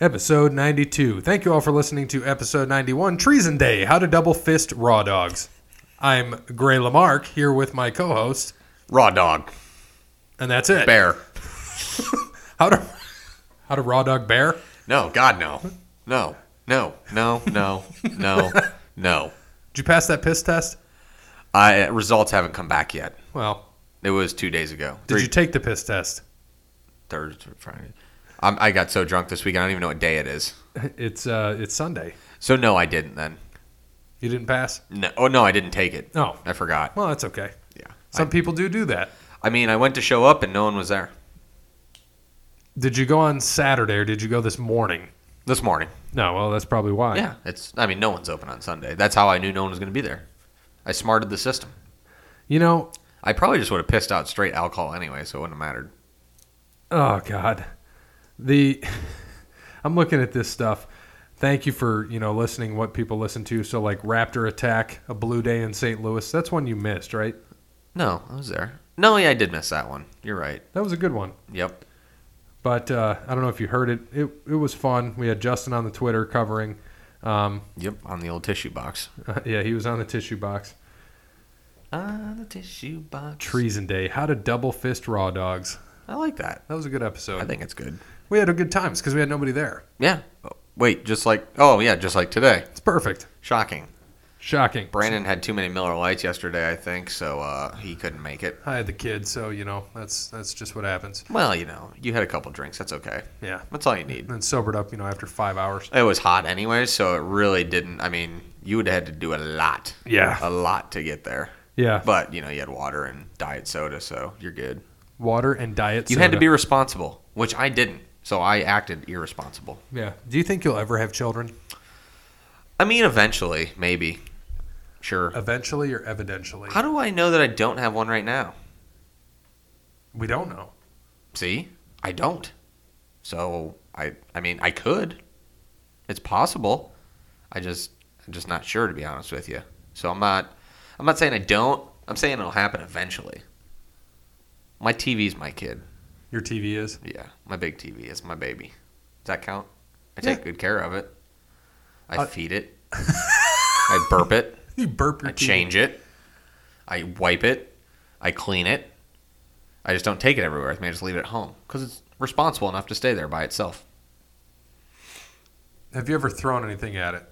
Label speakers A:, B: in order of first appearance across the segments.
A: episode 92. Thank you all for listening to episode 91, Treason Day How to Double Fist Raw Dogs. I'm Gray Lamarck here with my co host,
B: Raw dog.
A: and that's it.
B: Bear.
A: How to, how to Raw Dog Bear?
B: No, God, no. No, no, no, no, no, no.
A: Did you pass that piss test?
B: I, results haven't come back yet.
A: Well,
B: It was two days ago.
A: did you take the piss test?
B: Thursday, Friday. I'm, I got so drunk this week, I don't even know what day it is.
A: It's uh, it's Sunday.
B: So, no, I didn't then.
A: You didn't pass?
B: No, oh, no, I didn't take it.
A: Oh,
B: I forgot.
A: well, that's okay.
B: Yeah.
A: Some people do do that.
B: I mean, I went to show up and no one was there
A: Did you go on Saturday or did you go this morning?
B: this morning.
A: No, well, that's probably why.
B: Yeah. It's, I mean, no one's open on Sunday. That's how I knew no one was going to be there. I smarted the system.
A: You know,
B: I probably just would have pissed out straight alcohol anyway, so it wouldn't have mattered.
A: oh god, the I'm looking at this stuff. Thank you for you know listening. What people listen to. So like Raptor Attack, a Blue Day in St. Louis. That's one you missed, right?
B: No, I was there. No, yeah, I did miss that one. You're right.
A: That was a good one.
B: Yep.
A: But uh, I don't know if you heard it. It it was fun. We had Justin on the Twitter covering. Um,
B: Yep. On the old tissue box.
A: yeah, he was on the tissue box.
B: On Ah, the tissue box.
A: Treason Day. How to double fist raw dogs.
B: I like that.
A: That was a good
B: I
A: episode.
B: think it's good.
A: we had a good time because we had nobody there.
B: Yeah. Oh, Wait, just like oh yeah, just like today.
A: It's perfect.
B: Shocking.
A: Shocking.
B: Brandon had too many Miller Lights yesterday, I think, so uh, he couldn't make it.
A: I had the kids, so you know that's that's just what happens.
B: Well, you know, you had a couple drinks. That's okay.
A: Yeah.
B: That's all you need.
A: And then sobered up, you know, after five hours.
B: It was hot anyway, so it really didn't. I mean, you would have had to do a lot,
A: Yeah.
B: a lot to get there.
A: Yeah.
B: But you know, you had water and diet soda, so you're good.
A: Water and diet.
B: You had to be responsible, which I didn't. So I acted irresponsible.
A: Yeah. Do you think you'll ever have children?
B: I mean, eventually, maybe. Sure.
A: Eventually or evidentially?
B: How do I know that I don't have one right now?
A: We don't know.
B: See? I don't. So I I mean, I could. It's possible. I just I'm just not sure to be honest with you. So I'm not I'm not saying I don't. I'm saying it'll happen eventually. My TV's my kid.
A: Your TV is.
B: Yeah, my big TV is my baby. Does that count? I
A: Yeah.
B: take good care of it. I
A: Uh,
B: feed it. I burp it.
A: You burp your
B: I change it. I wipe it. I clean it. I just don't take it everywhere with me. I just leave it at home because it's responsible enough to stay there by itself.
A: Have you ever thrown anything at it?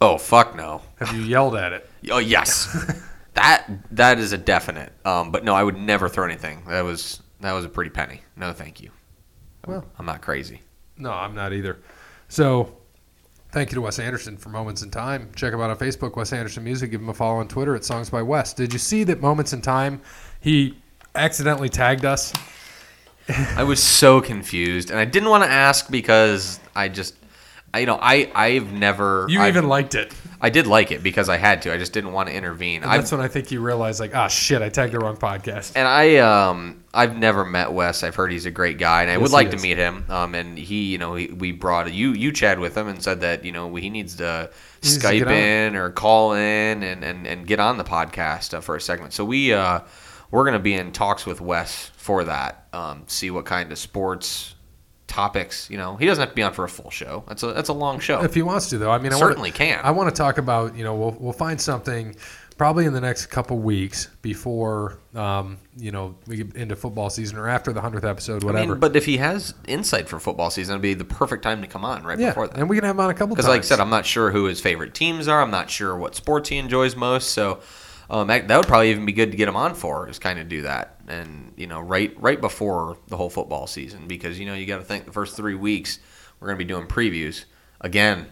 B: Oh fuck no.
A: Have you yelled at it?
B: Oh yes, that that is a definite. Um, but no, I would never throw anything. That was that was a pretty penny. No, thank you.
A: Well.
B: I'm not crazy.
A: No, I'm not either. So, thank you to Wes Anderson for Moments in Time. Check him out on Facebook, Wes Anderson Music. Give him a follow on Twitter at Songs by Wes. Did you see that Moments in Time? He accidentally tagged us.
B: I was so confused, and I didn't want to ask because I just, I, you know, I I've never
A: You
B: I've-
A: even liked it.
B: I did like it because I had to. I just didn't want to intervene.
A: And
B: I've,
A: that's when I think you realize, like, ah, shit, I tagged the wrong podcast.
B: and I um I've never met Wes. I've heard he's a great guy, and I would
A: he
B: like to
A: is.
B: meet him. Um, and he, you know, he, we brought you you chatted with him and said that you know he needs to
A: needs to
B: Skype
A: get on.
B: in or call in and and and get on the podcast uh, for a segment. So we uh we're gonna be in talks with Wes for that. Um, see what kind of sports topics you know he doesn't have to be on for a full show. That's a that's a long show.
A: If he wants to, though, I mean, I
B: Certainly
A: want
B: can.
A: I want to talk about, you know, we'll we'll find something probably in the next couple weeks before, um, you know, we get into football season or after the hundredth episode,
B: I
A: whatever.
B: mean, but if he has insight for football season, it'd be the perfect time to come on right
A: yeah,
B: before that.
A: and we can have him on a couple times.
B: Because, like I said, I'm not sure who his favorite teams are. I'm not sure what sports he enjoys most. So um, that, that would probably even be good to get him on for is kind of do that, and you know, right right before the whole football season, because you know you got to think the first three weeks we're going to be doing previews again.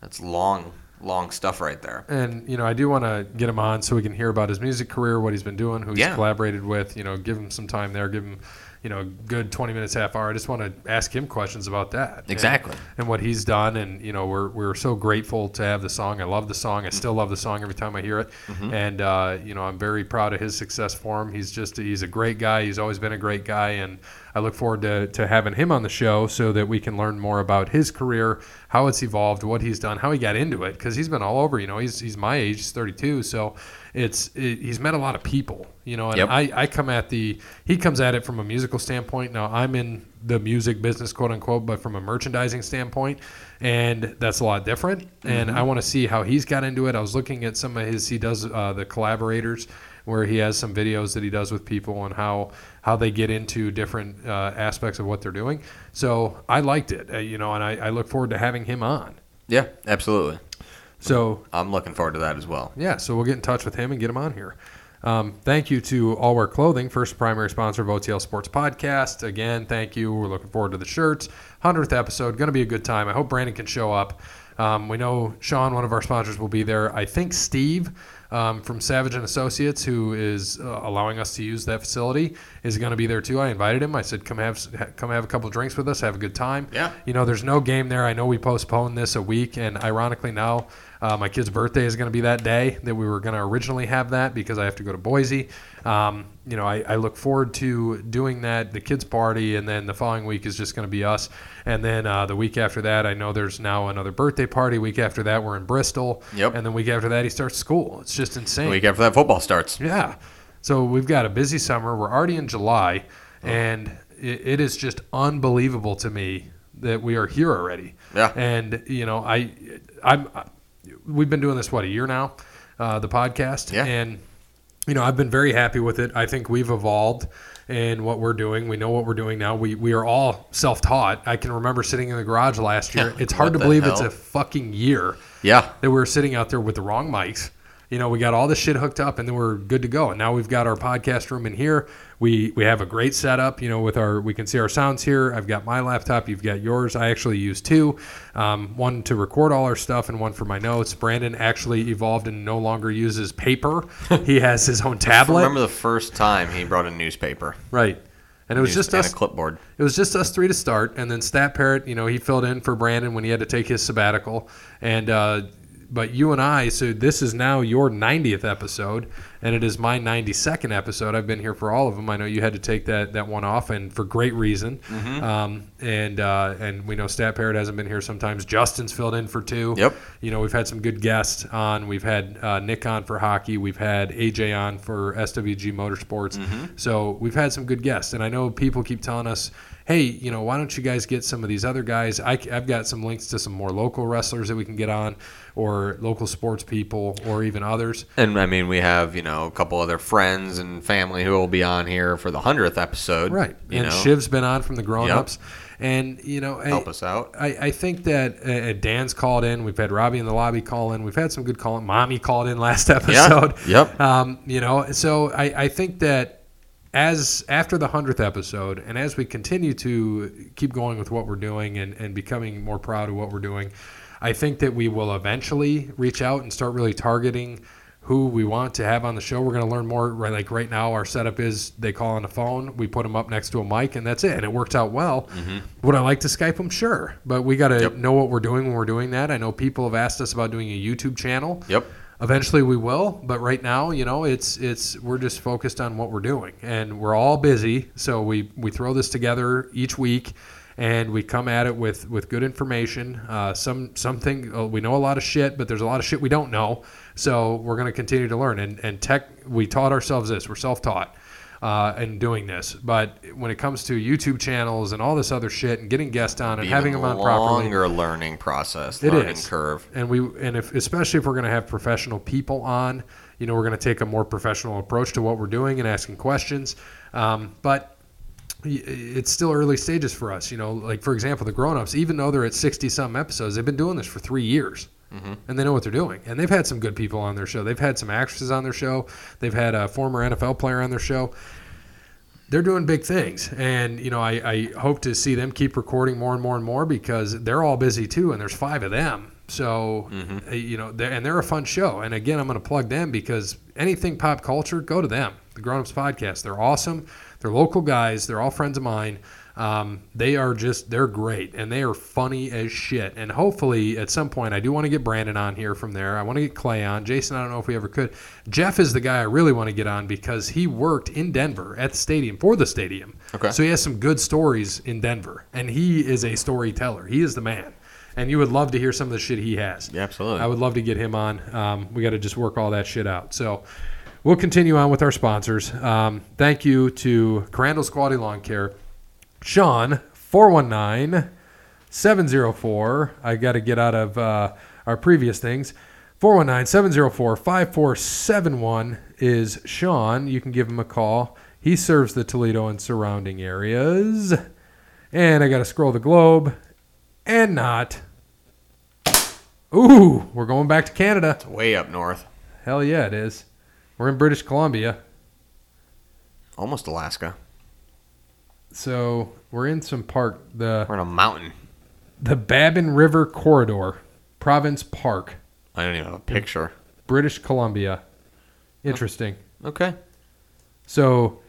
B: That's long, long stuff right there.
A: And you know, I do want to get him on so we can hear about his music career, what he's been doing, who he's
B: Yeah.
A: collaborated with. You know, give him some time there, give him, you know, a good twenty minutes, half hour. I just want to ask him questions about that. and-
B: Exactly.
A: And, what he's done, and you know, we're we're so grateful to have the song. I love the song. I still love the song every time I hear it. And uh, you know, I'm very proud of his success for him. He's just he's a great guy. He's always been a great guy, and I look forward to to having him on the show so that we can learn more about his career, how it's evolved, what he's done, how he got into it, because he's been all over. You know, he's he's my age, he's 32, so it's it, he's met a lot of people, You know, and
B: Yep.
A: I, I come at the he comes at it from a musical standpoint. Now I'm in the music business, quote unquote, but from a merchandising standpoint, and that's a lot different. And I want to see how he's got into it. I was looking at some of his he does uh, the collaborators where he has some videos that he does with people on how how they get into different uh, aspects of what they're doing. So I liked it, uh, you know, and I, I look forward to having him on.
B: Yeah, absolutely.
A: So
B: I'm looking forward to that as well.
A: yeah, so we'll get in touch with him and get him on here. Um, thank you to All Wear Clothing, first primary sponsor of OTL Sports Podcast. Again, thank you. We're looking forward to the shirts. 100th episode. Going to be a good time. I hope Brandon can show up. Um, we know Sean, one of our sponsors, will be there. I think Steve um, from Savage and Associates, who is uh, allowing us to use that facility, is going to be there too. I invited him. I said, "Come have s- ha- come have a couple drinks with us. Have a good time."
B: Yeah.
A: You know, there's no game there. I know we postponed this a week, and ironically now uh, my kid's birthday is going to be that day that we were going to originally have that because I have to go to Boise. Um, you know, I, I look forward to doing that, the kids' party, and then the following week is just going to be us. And then uh, the week after that, I know there's now another birthday party. Week after that, we're in Bristol.
B: Yep.
A: And then week after that, he starts school. It's just insane.
B: The week after that, football starts.
A: Yeah. So we've got a busy summer. We're already in July,
B: Oh.
A: and it, it is just unbelievable to me that we are here already.
B: Yeah.
A: And you know, I, I'm, I, we've been doing this what a year now, uh, the podcast.
B: Yeah.
A: And you know, I've been very happy with it. I think we've evolved in what we're doing. We know what we're doing now. We we are all self-taught. I can remember sitting in the garage last year. It's hard
B: What
A: to
B: the
A: believe it's
B: hell?
A: a fucking year
B: Yeah.
A: that we were sitting out there with the wrong mics. You know, we got all this shit hooked up, and then we're good to go. And now we've got our podcast room in here. We we have a great setup. You know, with our we can see our sounds here. I've got my laptop. You've got yours. I actually use two, um, one to record all our stuff, and one for my notes. Brandon actually evolved and no longer uses paper. he has his own
B: I
A: tablet.
B: remember the first time he brought a newspaper.
A: right. And it was
B: News-
A: just
B: and
A: us
B: a clipboard.
A: it was just us three to start, and then Stat Parrot, you know, he filled in for Brandon when he had to take his sabbatical, and uh, but you and I, so this is now your 90th episode, and it is my 92nd episode. I've been here for all of them. I know you had to take that that one off, and for great reason. Um, and uh, and we know Stat Parrot hasn't been here sometimes. Justin's filled in for two.
B: Yep.
A: You know, we've had some good guests on. We've had uh, Nick on for hockey. We've had AJ on for SWG Motorsports.
B: Mm-hmm.
A: So we've had some good guests. And I know people keep telling us, hey, you know, why don't you guys get some of these other guys? I, have got some links to some more local wrestlers that we can get on, or local sports people, or even others.
B: And I mean, we have you know a couple other friends and family who will be on here for the hundredth episode.
A: Right.
B: You
A: and
B: know, Oh,
A: Shiv's been on from the grown ups. And, you know, I-
B: help us out.
A: I, I think that uh, Dan's called in. We've had Robbie in the lobby call in. We've had some good call in. Mommy called in last episode.
B: Yep.
A: Um, you know, so I, I think that as after the hundredth episode, and as we continue to keep going with what we're doing and, and becoming more proud of what we're doing, I think that we will eventually reach out and start really targeting who we want to have on the show. We're going to learn more. Right, like right now, our setup is they call on the phone, we put them up next to a mic, and that's it. And it works out well. Would I like to Skype them? Sure, but we got to
B: Mm-hmm. Yep.
A: know what we're doing when we're doing that. I know people have asked us about doing a YouTube channel.
B: Yep.
A: Eventually we will, but right now, you know, it's it's we're just focused on what we're doing, and we're all busy. So we we throw this together each week, and we come at it with with good information. Uh, some something uh, we know a lot of shit, but there's a lot of shit we don't know. So we're going to continue to learn. And and tech, we taught ourselves this. We're self taught uh, in doing this. But when it comes to YouTube channels and all this other shit, and getting guests on and
B: Even
A: having them on properly,
B: longer learning process,
A: It
B: learning
A: is.
B: curve.
A: and we and if especially if we're going to have professional people on you know we're going to take a more professional approach to what we're doing and asking questions um, but i- it's still early stages for us you know like for example the grown-ups even though they're at 60 some episodes they've been doing this for three years and they know what they're doing and they've had some good people on their show they've had some actresses on their show they've had a former nfl player on their show they're doing big things. And, you know, I, I hope to see them keep recording more and more and more because they're all busy too, and there's five of them. So, uh, you know, they're, and they're a fun show. And again, I'm going to plug them because anything pop culture, go to them. The Grown Ups Podcast. They're awesome. They're local guys. They're all friends of mine. Um, they are just, they're great and they are funny as shit. And hopefully at some point, I do want to get Brandon on here from there. I want to get Clay on. Jason, I don't know if we ever could. Jeff is the guy I really want to get on because he worked in Denver at the stadium for the stadium.
B: Okay.
A: So he has some good stories in Denver and he is a storyteller. He is the man. And you would love to hear some of the shit he has.
B: Oh, Yeah, absolutely.
A: I would love to get him on. Um, we got to just work all that shit out. So We'll continue on with our sponsors. Um, thank you to Crandall's Quality Lawn Care, Sean 419 704. I got to get out of uh, our previous things. 419 704 5471 is Sean. You can give him a call. He serves the Toledo and surrounding areas. And I got to scroll the globe and not. Ooh, we're going back to Canada.
B: It's way up north,
A: Hell yeah, it is. We're in British Columbia,
B: almost Alaska.
A: so we're in some park the
B: We're in a mountain.
A: the Babin River Corridor, Province Park,
B: I don't even have a picture.
A: British Columbia. Interesting.
B: Okay.
A: So,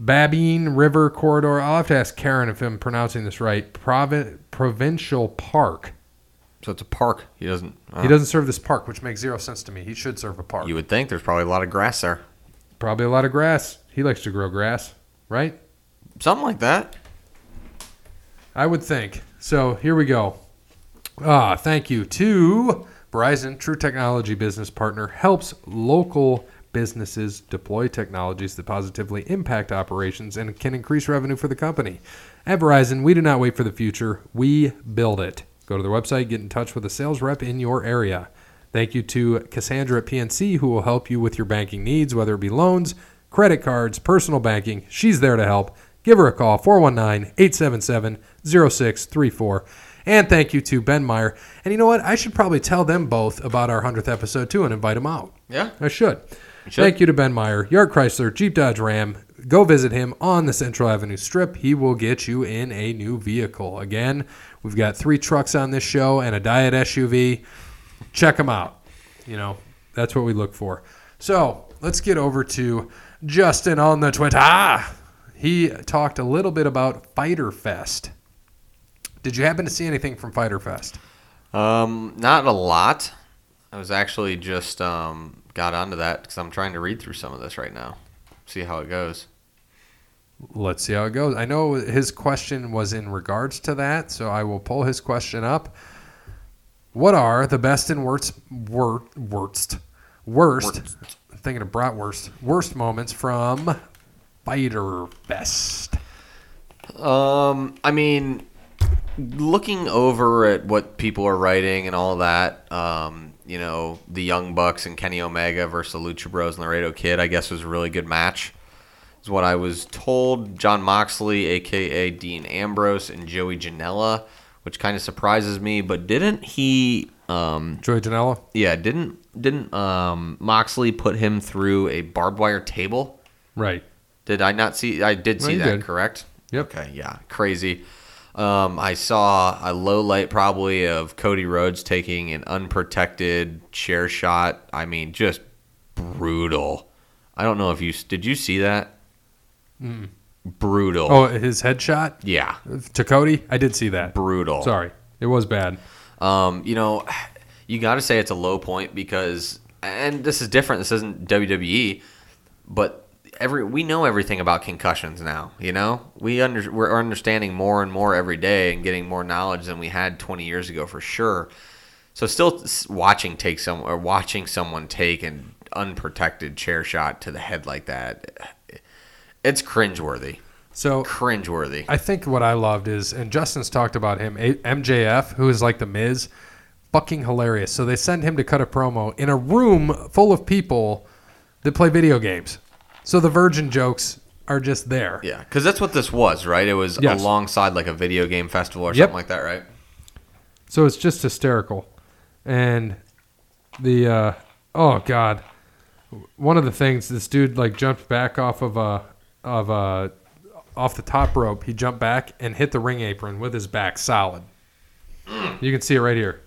A: Babine River Corridor. I'll have to ask Karen if I'm pronouncing this right. Provin- Provincial Park.
B: So it's a park. He doesn't.
A: He doesn't serve this park, which makes zero sense to me. He should serve a park.
B: You would think there's probably a lot of grass there.
A: Probably a lot of grass. He likes to grow grass, right?
B: Something like that.
A: I would think. So here we go. Ah, thank you to Verizon, true technology business partner, helps local businesses deploy technologies that positively impact operations and can increase revenue for the company. At Verizon, we do not wait for the future, we build it. Go to their website, get in touch with a sales rep in your area. Thank you to Cassandra at PNC, who will help you with your banking needs, whether it be loans, credit cards, personal banking. She's there to help. Give her a call, 419 877 0634. And thank you to Ben Meyer. And you know what? I should probably tell them both about our 100th episode, too, and invite them out.
B: Yeah.
A: I should.
B: should.
A: Thank you to Ben Meyer, Yard Chrysler, Jeep Dodge Ram. Go visit him on the Central Avenue Strip. He will get you in a new vehicle. Again, we've got three trucks on this show and a diet SUV. Check them out. You know, that's what we look for. So let's get over to Justin on the Twitter. He talked a little bit about Fighter Fest. Did you happen to see anything from Fighter Fest?
B: Um, not a lot. I was actually just um got onto that because I'm trying to read through some of this right now, see how it goes.
A: Let's see how it goes. I know his question was in regards to that, so I will pull his question up. What are the best and worst, wor, worst, worst, thinking of bratwurst, worst moments from Fighter Fest?
B: Um, I mean, looking over at what people are writing and all that, um, you know, the Young Bucks and Kenny Omega versus the Lucha Bros and Laredo Kid, I guess was a really good match. Is what I was told. John Moxley, aka Dean Ambrose, and Joey Janela, which kind of surprises me, but didn't he? Um,
A: Joey Janela?
B: yeah, didn't didn't um, Moxley put him through a barbed wire table?
A: Right.
B: Did I not see? I did
A: No,
B: see
A: you
B: that,
A: did.
B: correct?
A: Yep.
B: Okay, yeah, crazy. Um, I saw a low light probably of Cody Rhodes taking an unprotected chair shot. I mean, just brutal. I don't know if you did. You see that? Brutal.
A: Mm. Oh, his headshot
B: Yeah,
A: to Cody? I did see that.
B: brutal.
A: Sorry. It was bad.
B: Um, you know, you got to say it's a low point because, and this is different. This isn't WWE, but every we know everything about concussions now. You know, we under we're understanding more and more every day and getting more knowledge than we had 20 years ago for sure. So still s- watching take some or watching someone take an unprotected chair shot to the head like that, it's cringeworthy.
A: So
B: Cringeworthy.
A: I think what I loved is, and Justin's talked about him, A- MJF, who is like the Miz, fucking hilarious. So they send him to cut a promo in a room full of people that play video games. So the virgin jokes are just there.
B: Yeah, because that's what this was, right? It was
A: Yes.
B: alongside like a video game festival or
A: Yep.
B: something like that, right?
A: So it's just hysterical. And the uh, oh god, one of the things this dude like jumped back off of a of a off the top rope. He jumped back and hit the ring apron with his back solid. You can see it right here.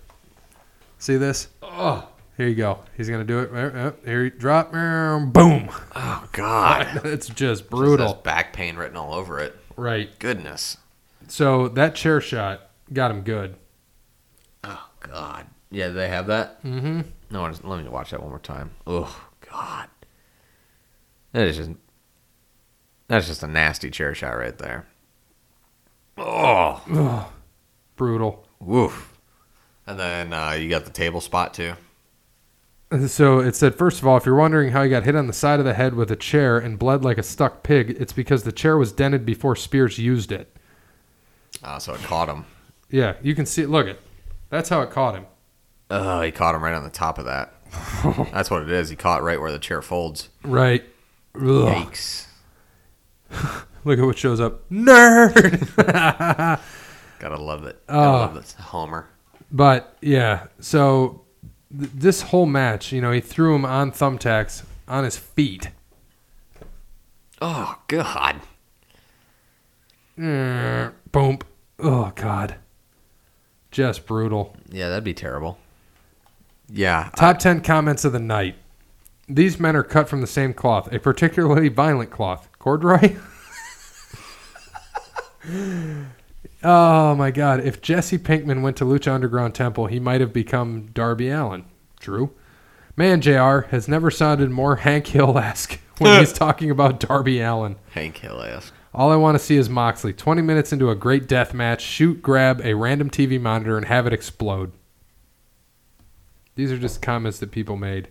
A: See this? Oh, here you go. He's gonna do it. Uh, uh, Here, he drop. uh, Boom.
B: Oh God,
A: It's just
B: brutal.
A: brutal.
B: back pain written all over it.
A: Right.
B: Goodness.
A: So that chair shot got him good.
B: Oh God. Yeah, they have that.
A: Mm-hmm.
B: No, I just- let me watch that one more time. Oh God. That is just. That's just a nasty chair shot right there. Oh.
A: Brutal.
B: Woof. And then uh, you got the table spot too.
A: So it said, first of all, if you're wondering how he got hit on the side of the head with a chair and bled like a stuck pig, it's because the chair was dented before Spears used it.
B: Ah, so it caught him.
A: Yeah, you can see it. Look it. That's how it caught him.
B: Oh, he caught him right on the top of that. That's what it is. He caught right where the chair folds.
A: Right. Ugh.
B: Yikes.
A: Look at what shows up. Nerd.
B: Gotta love it. Gotta
A: Oh.
B: love this Homer.
A: But yeah, so th- this whole match, you know, he threw him on thumbtacks on his feet.
B: Oh, God.
A: Mm, Boom. Oh God. Just brutal.
B: Yeah, that'd be terrible. Yeah.
A: Top 10 comments of the night. These men are cut from the same cloth, a particularly violent cloth. Corduroy? oh my God. If Jesse Pinkman went to Lucha Underground Temple, he might have become Darby Allen. True. Man, JR has never sounded more Hank Hill esque when he's talking about Darby Allen.
B: Hank Hill asked.
A: All I want to see is Moxley. 20 minutes into a great death match, shoot, grab a random TV monitor, and have it explode. These are just comments that people made.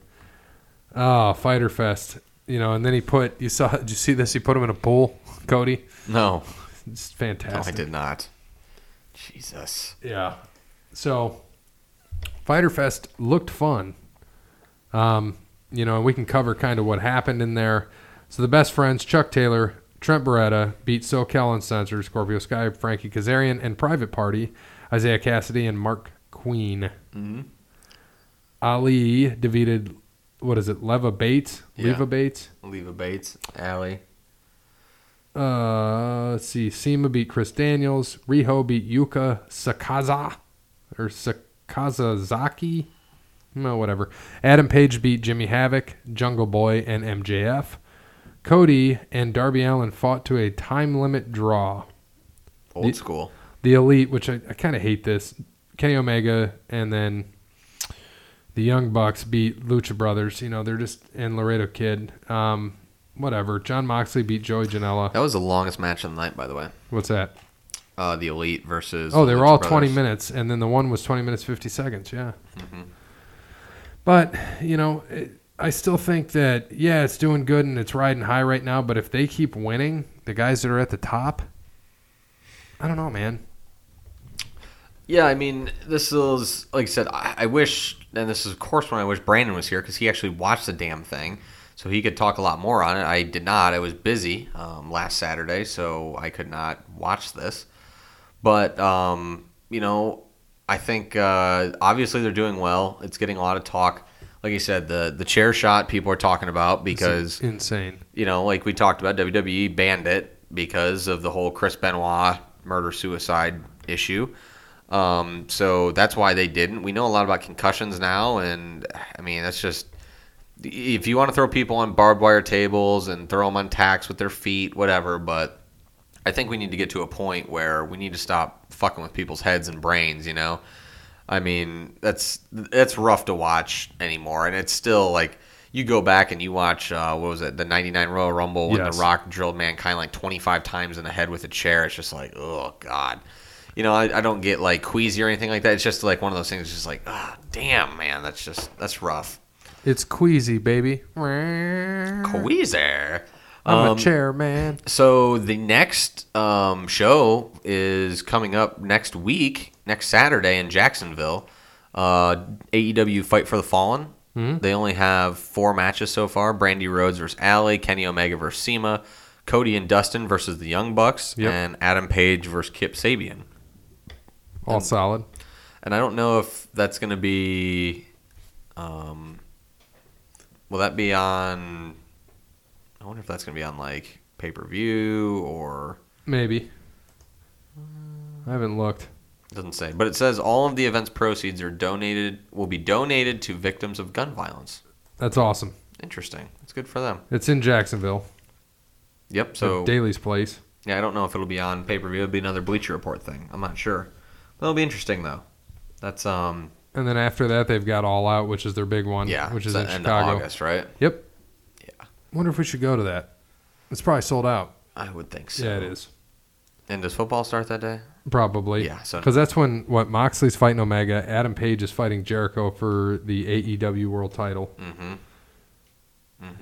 A: Oh, Fighter Fest. You know, and then he put, you saw, did you see this? He put him in a pool, Cody.
B: No,
A: It's
B: no, I
A: fantastic.
B: did not. Jesus.
A: Yeah. So, Fighter Fest looked fun. Um, you know, we can cover kind of what happened in there. So the best friends, Chuck Taylor, Trent Beretta, beat SoCal Uncensored, Scorpio Sky, Frankie Kazarian, and Private Party, Isaiah Cassidy, and Mark Queen.
B: Mm-hmm.
A: Ali defeated, what is it, Leva Bates?
B: Yeah.
A: Leva Bates?
B: Leva Bates, Allie.
A: Uh, let's see. Seema beat Chris Daniels. Riho beat Yuka Sakaza or Sakazazaki. No, whatever. Adam Page beat Jimmy Havoc, Jungle Boy, and MJF. Cody and Darby Allen fought to a time limit draw.
B: Old
A: The-
B: school.
A: The Elite, which I, I kind of hate this, Kenny Omega, and then the Young Bucks beat Lucha Brothers. You know, they're just, and Laredo Kid. Um, whatever. John Moxley beat Joey Janela.
B: That was the longest match of the night, by the way.
A: What's that?
B: Uh, the Elite versus.
A: Oh, they
B: the
A: were all
B: Lucha
A: 20
B: Brothers.
A: minutes, and then the one was 20 minutes 50 seconds. Yeah.
B: Mm-hmm.
A: But you know, it, I still think that yeah, it's doing good and it's riding high right now. But if they keep winning, the guys that are at the top, I don't know, man.
B: Yeah, I mean, this is like I said. I, I wish, and this is of course when I wish Brandon was here because he actually watched the damn thing, so he could talk a lot more on it. I did not. I was busy um, last Saturday, so I could not watch this. But um, you know, I think uh, obviously they're doing well. It's getting a lot of talk. Like I said, the the chair shot people are talking about
A: It's
B: because
A: insane.
B: you know, like we talked about, WWE banned it because of the whole Chris Benoit murder suicide issue. Um, so that's why they didn't. We know a lot about concussions now, and I mean, that's just if you want to throw people on barbed wire tables and throw them on tacks with their feet, whatever. But I think we need to get to a point where we need to stop fucking with people's heads and brains. You know, I mean, that's that's rough to watch anymore, and it's still like you go back and you watch uh, what was it, the '99 Royal Rumble when
A: Yes.
B: The Rock drilled mankind like 25 times in the head with a chair. It's just like, oh god. You know, I, I don't get like queasy or anything like that. It's just like one of those things. It's just like, ah, damn, man, that's just that's rough.
A: It's queasy, baby.
B: Queasy.
A: I'm
B: Um,
A: a chair man.
B: So the next um, show is coming up next week, next Saturday in Jacksonville. Uh, AEW Fight for the Fallen. They only have four matches so far: Brandy Rhodes versus Alley, Kenny Omega versus Sema, Cody and Dustin versus the Young Bucks,
A: Yep.
B: and Adam Page versus Kip Sabian.
A: All solid.
B: And I don't know if that's going to be. Um, will that be on? I wonder if that's going to be on like pay per view or.
A: Maybe. I haven't looked.
B: Doesn't say, but it says all of the event's proceeds are donated will be donated to victims of gun violence.
A: That's awesome.
B: Interesting. It's good for them.
A: It's in Jacksonville.
B: Yep.
A: So
B: So
A: Daly's place.
B: yeah, I don't know if it'll be on pay per view. It'll be another Bleacher Report thing. I'm not sure. That'll be interesting though. That's um
A: And then after that, they've got All Out, which is their big one.
B: yeah,
A: which is
B: it's
A: in
B: the end
A: Chicago.
B: of August, right?
A: Yep.
B: Yeah.
A: Wonder if we should go to that. It's probably sold out.
B: I would think so.
A: Yeah, it is.
B: And does football start that day?
A: probably.
B: Yeah, so-
A: Because that's when what Moxley's fighting Omega. Adam Page is fighting Jericho for the AEW World Title.
B: Mm-hmm.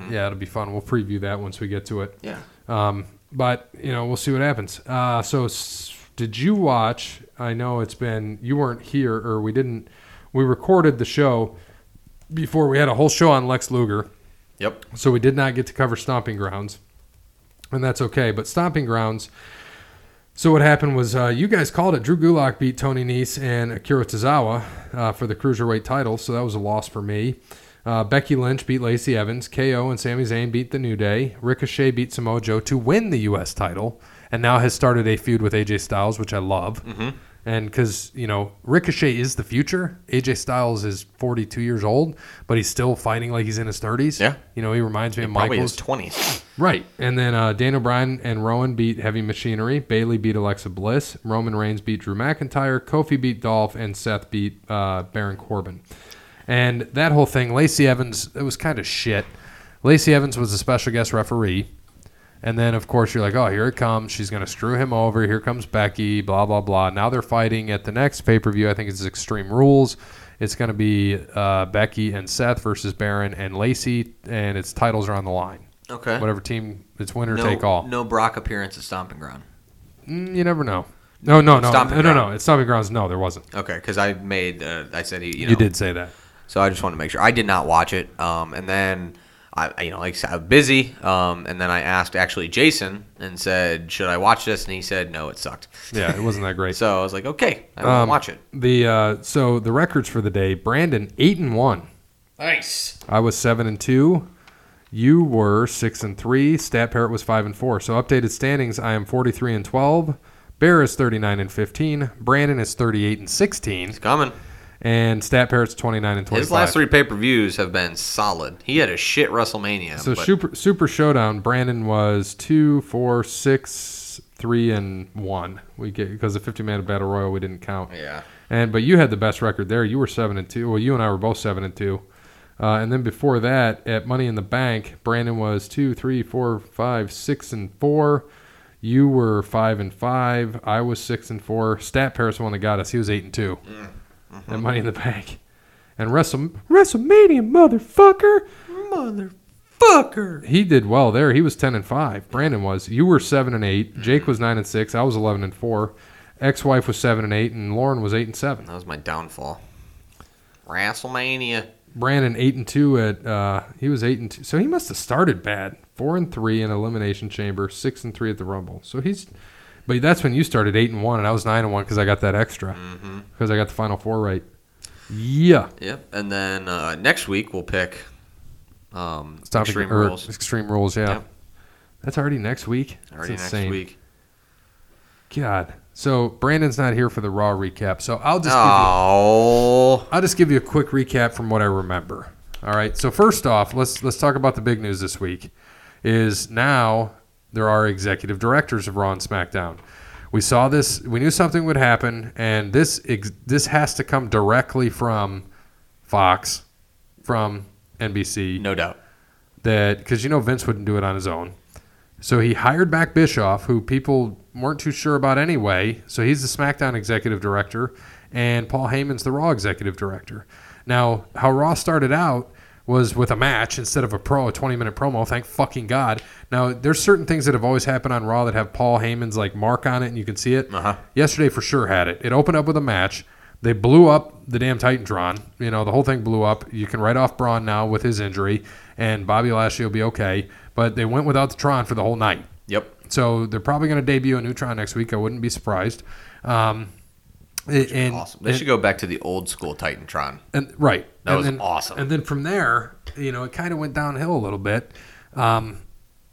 A: Yeah, it'll be fun. We'll preview that once we get to it.
B: Yeah.
A: Um, but you know, we'll see what happens. Uh, so s- did you watch? I know it's been you weren't here, or we didn't. We recorded the show before we had a whole show on Lex Luger,
B: Yep.
A: so we did not get to cover Stomping Grounds, and that's okay. But Stomping Grounds. So what happened was uh, you guys called it. Drew Gulak beat Tony Nese and Akira Tozawa uh, for the cruiserweight title, so that was a loss for me. Uh, Becky Lynch beat Lacey Evans. KO and Sami Zayn beat The New Day. Ricochet beat Samoa Joe to win the U.S. title, and now has started a feud with AJ Styles, which I love.
B: Mhm.
A: And because you know Ricochet is the future. AJ Styles is 42 years old, but he's still fighting like he's in his 30s.
B: Yeah.
A: you know he reminds me of
B: Probably
A: Michaels.
B: his twenties.
A: Right. And then uh, Dan O'Brien and Rowan beat Heavy Machinery. Bailey beat Alexa Bliss. Roman Reigns beat Drew McIntyre. Kofi beat Dolph. And Seth beat uh, Baron Corbin. And that whole thing, Lacey Evans, it was kind of shit. Lacey Evans was a special guest referee. And then, of course, you're like, oh, here it comes. She's going to screw him over. Here comes Becky, blah, blah, blah. Now they're fighting at the next pay per view. I think it's Extreme Rules. It's going to be uh, Becky and Seth versus Baron and Lacey, and its titles are on the line
B: Okay.
A: whatever team it's winner
B: no,
A: take all.
B: No Brock appearance at Stomping Ground.
A: Mm, you never know. No, no, no,
B: Stomping
A: no, no, no.
B: ground.
A: It's stomping grounds. No, there wasn't.
B: Okay, because I made. Uh, I said he. You, know,
A: You did say that.
B: So I just wanted to make sure I did not watch it. Um, and then I, I- you know, like I said, I'm busy. Um, and then I asked actually Jason and said, "Should I watch this?" And he said, "No, it sucked."
A: Yeah, it wasn't that great.
B: So I was like, "Okay, I won't
A: Um,
B: watch it."
A: The uh, so the records for the day: Brandon eight and one.
B: Nice.
A: I was seven and two. You were six and three. Stat Parrot was five and four. So updated standings: I am forty three and twelve. Bear is thirty nine and fifteen. Brandon is thirty eight and sixteen.
B: He's coming.
A: And Stat Parrot's twenty nine and twenty
B: His
A: five.
B: last three pay per views have been solid. He had a shit WrestleMania.
A: So
B: but
A: super super showdown. Brandon was two, four, six, three, and one. We get because the fifty man battle royal we didn't count.
B: yeah,
A: And but you had the best record there. You were seven and two. Well, you and I were both seven and two. Uh, and then before that, at Money in the Bank, Brandon was two, three, four, five, six, and four. You were five and five. I was six and four. Stat Paris won the goddess. He was eight and 2 At Money in the Bank, and Wrestle WrestleMania motherfucker
B: motherfucker.
A: he did well there. He was ten and five. Brandon was. You were seven and eight. Jake was nine and six. I was eleven and four. Ex-wife was seven and eight, and Lauren was eight and seven.
B: That was my downfall. WrestleMania.
A: Brandon eight and two at uh, he was eight and two. So he must have started bad. Four and three in elimination chamber. Six and three at the rumble. So he's. But that's when you started eight and one, and I was nine and one because I got that extra
B: Mm-hmm.
A: because I got the final four right. Yeah,
B: Yep. And then uh, next week we'll pick um,
A: Stopping-
B: Extreme
A: or
B: Rules.
A: er, Extreme rules. Yeah,
B: Yep.
A: that's already next week. That's
B: Already next
A: insane.
B: week.
A: God. So Brandon's not here for the Raw recap. So I'll just give you,
B: Oh,
A: I'll just give you a quick recap from what I remember. All right. So first off, let's let's talk about the big news this week. Is now there are executive directors of Raw and SmackDown. We saw this. We knew something would happen, and this ex, this has to come directly from Fox, from NBC
B: no doubt.
A: that because you know Vince wouldn't do it on his own. So he hired back Bischoff, who people weren't too sure about anyway. So he's the SmackDown executive director, and Paul Heyman's the Raw executive director. Now, how Raw started out was with a match instead of a pro, a 20 minute promo. Thank fucking God. Now, there's certain things that have always happened on Raw that have Paul Heyman's like mark on it, and you can see it.
B: Uh-huh.
A: Yesterday for sure had it. It opened up with a match. They blew up the damn Titantron. You know, the whole thing blew up. You can write off Braun now with his injury, and Bobby Lashley will be okay. But they went without the Tron for the whole night.
B: Yep.
A: So they're probably going to debut a new Tron next week. I wouldn't be surprised. Um, and, and-
B: Awesome. They should go back to the old school Titantron.
A: and- right.
B: That
A: and
B: was
A: then,
B: awesome.
A: And then from there, you know, it kind of went downhill a little bit. Um,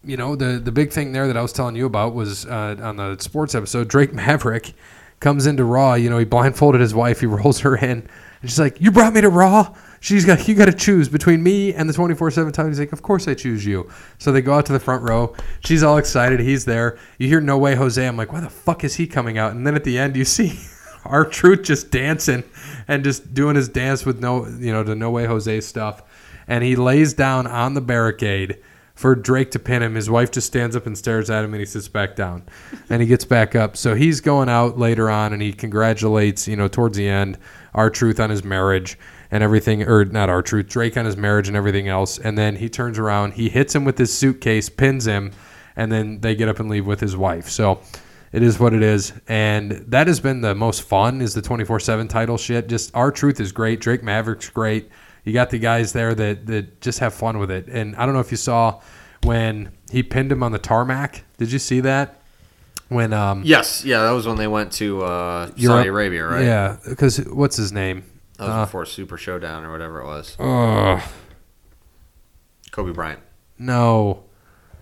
A: you know, the the big thing there that I was telling you about was uh, on the sports episode. Drake Maverick comes into Raw. You know, he blindfolded his wife. He rolls her in, and she's like, "You brought me to Raw." She's got you got to choose between me and the twenty four seven title. He's like, "Of course I choose you." So they go out to the front row. She's all excited. He's there. You hear "No Way Jose." I'm like, "Why the fuck is he coming out?" And then at the end, you see. Our truth just dancing and just doing his dance with no, you know, the No Way Jose stuff. And he lays down on the barricade for Drake to pin him. His wife just stands up and stares at him, and he sits back down, and he gets back up. So he's going out later on, and he congratulates, you know, towards the end, our truth on his marriage and everything, or not our truth, Drake on his marriage and everything else. And then he turns around, he hits him with his suitcase, pins him, and then they get up and leave with his wife. So it is what it is. And that has been the most fun is the 24 7 title shit. Just our truth is great. Drake Maverick's great. You got the guys there that, that just have fun with it. And I don't know if you saw when he pinned him on the tarmac. Did you see that? When um
B: Yes, yeah, that was when they went to uh, Saudi Arabia, right?
A: yeah, because what's his name?
B: That was
A: Uh,
B: before Super Showdown or whatever it was.
A: Ugh,
B: Kobe Bryant.
A: no,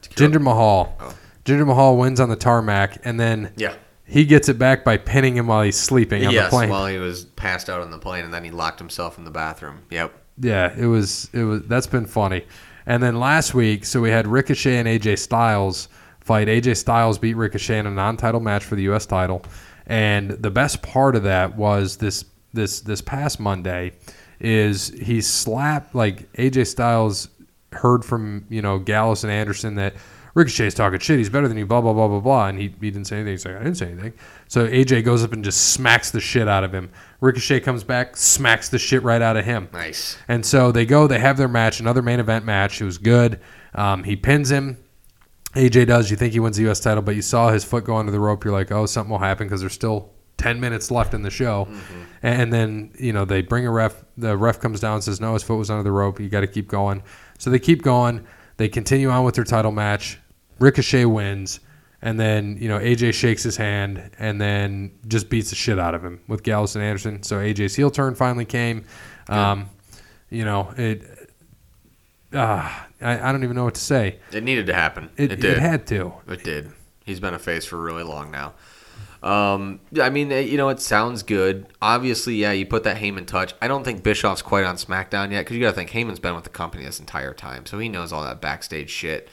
A: Jinder Mahal.
B: Oh.
A: Jinder Mahal wins on the tarmac, and then
B: Yeah.
A: he gets it back by pinning him while he's sleeping on
B: Yes,
A: the plane.
B: while he was passed out on the plane, and then he locked himself in the bathroom. Yep.
A: yeah, it was it was that's been funny. And then last week, so we had Ricochet and AJ Styles fight. AJ Styles beat Ricochet in a non-title match for the U.S. title, and the best part of that was this this this past Monday is he slapped like AJ Styles heard from you know Gallus and Anderson that Ricochet's talking shit. He's better than you. Blah blah blah blah blah. And he, he didn't say anything. He's like I didn't say anything. So AJ goes up and just smacks the shit out of him. Ricochet comes back, smacks the shit right out of him.
B: Nice.
A: And so they go, they have their match, another main event match. It was good. Um, he pins him. AJ does. You think he wins the U.S. title, but you saw his foot go onto the rope. You're like, oh, something will happen because there's still 10 minutes left in the show. And then, you know, they bring a ref. The ref comes down and says, no, his foot was under the rope. You got to keep going. So they keep going. They continue on with their title match. Ricochet wins. And then, you know, AJ shakes his hand and then just beats the shit out of him with Gallus and Anderson. So AJ's heel turn finally came. Um, you know, it. Uh, I, I don't even know what to say.
B: It needed to happen.
A: It,
B: It,
A: it,
B: did. It,
A: had to.
B: did. He's been a face for really long now. Um, yeah, I mean, eh, you know, it sounds good. Obviously, yeah, you put that Heyman touch. I don't think Bischoff's quite on SmackDown yet because you got to think Heyman's been with the company this entire time, so he knows all that backstage shit.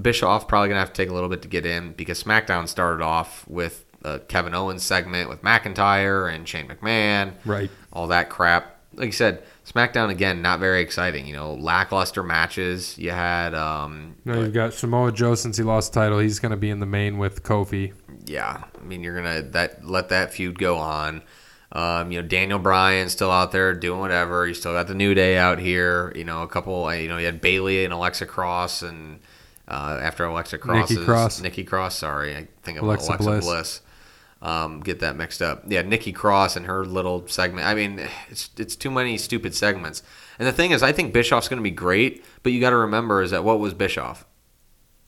B: Bischoff probably gonna have to take a little bit to get in because SmackDown started off with a Kevin Owens segment with McIntyre and Shane McMahon,
A: Right.
B: all that crap. Like you said, SmackDown again, not very exciting. You know, lackluster matches. You had um,
A: Now you've got Samoa Joe since he lost the title. He's going to be in the main with Kofi.
B: yeah, I mean you're gonna that let that feud go on. Um, you know Daniel Bryan's still out there doing whatever. You still got the New Day out here. You know a couple. uh, You know you had Bailey and Alexa Cross, and uh, after Alexa Cross,
A: Cross.
B: Nikki Cross. Sorry, I think of
A: Alexa
B: Alexa,
A: Bliss.
B: Bliss. Um, get that mixed up. Yeah, Nikki Cross and her little segment. I mean, it's it's too many stupid segments. And the thing is, I think Bischoff's going to be great, but you got to remember is that what was Bischoff?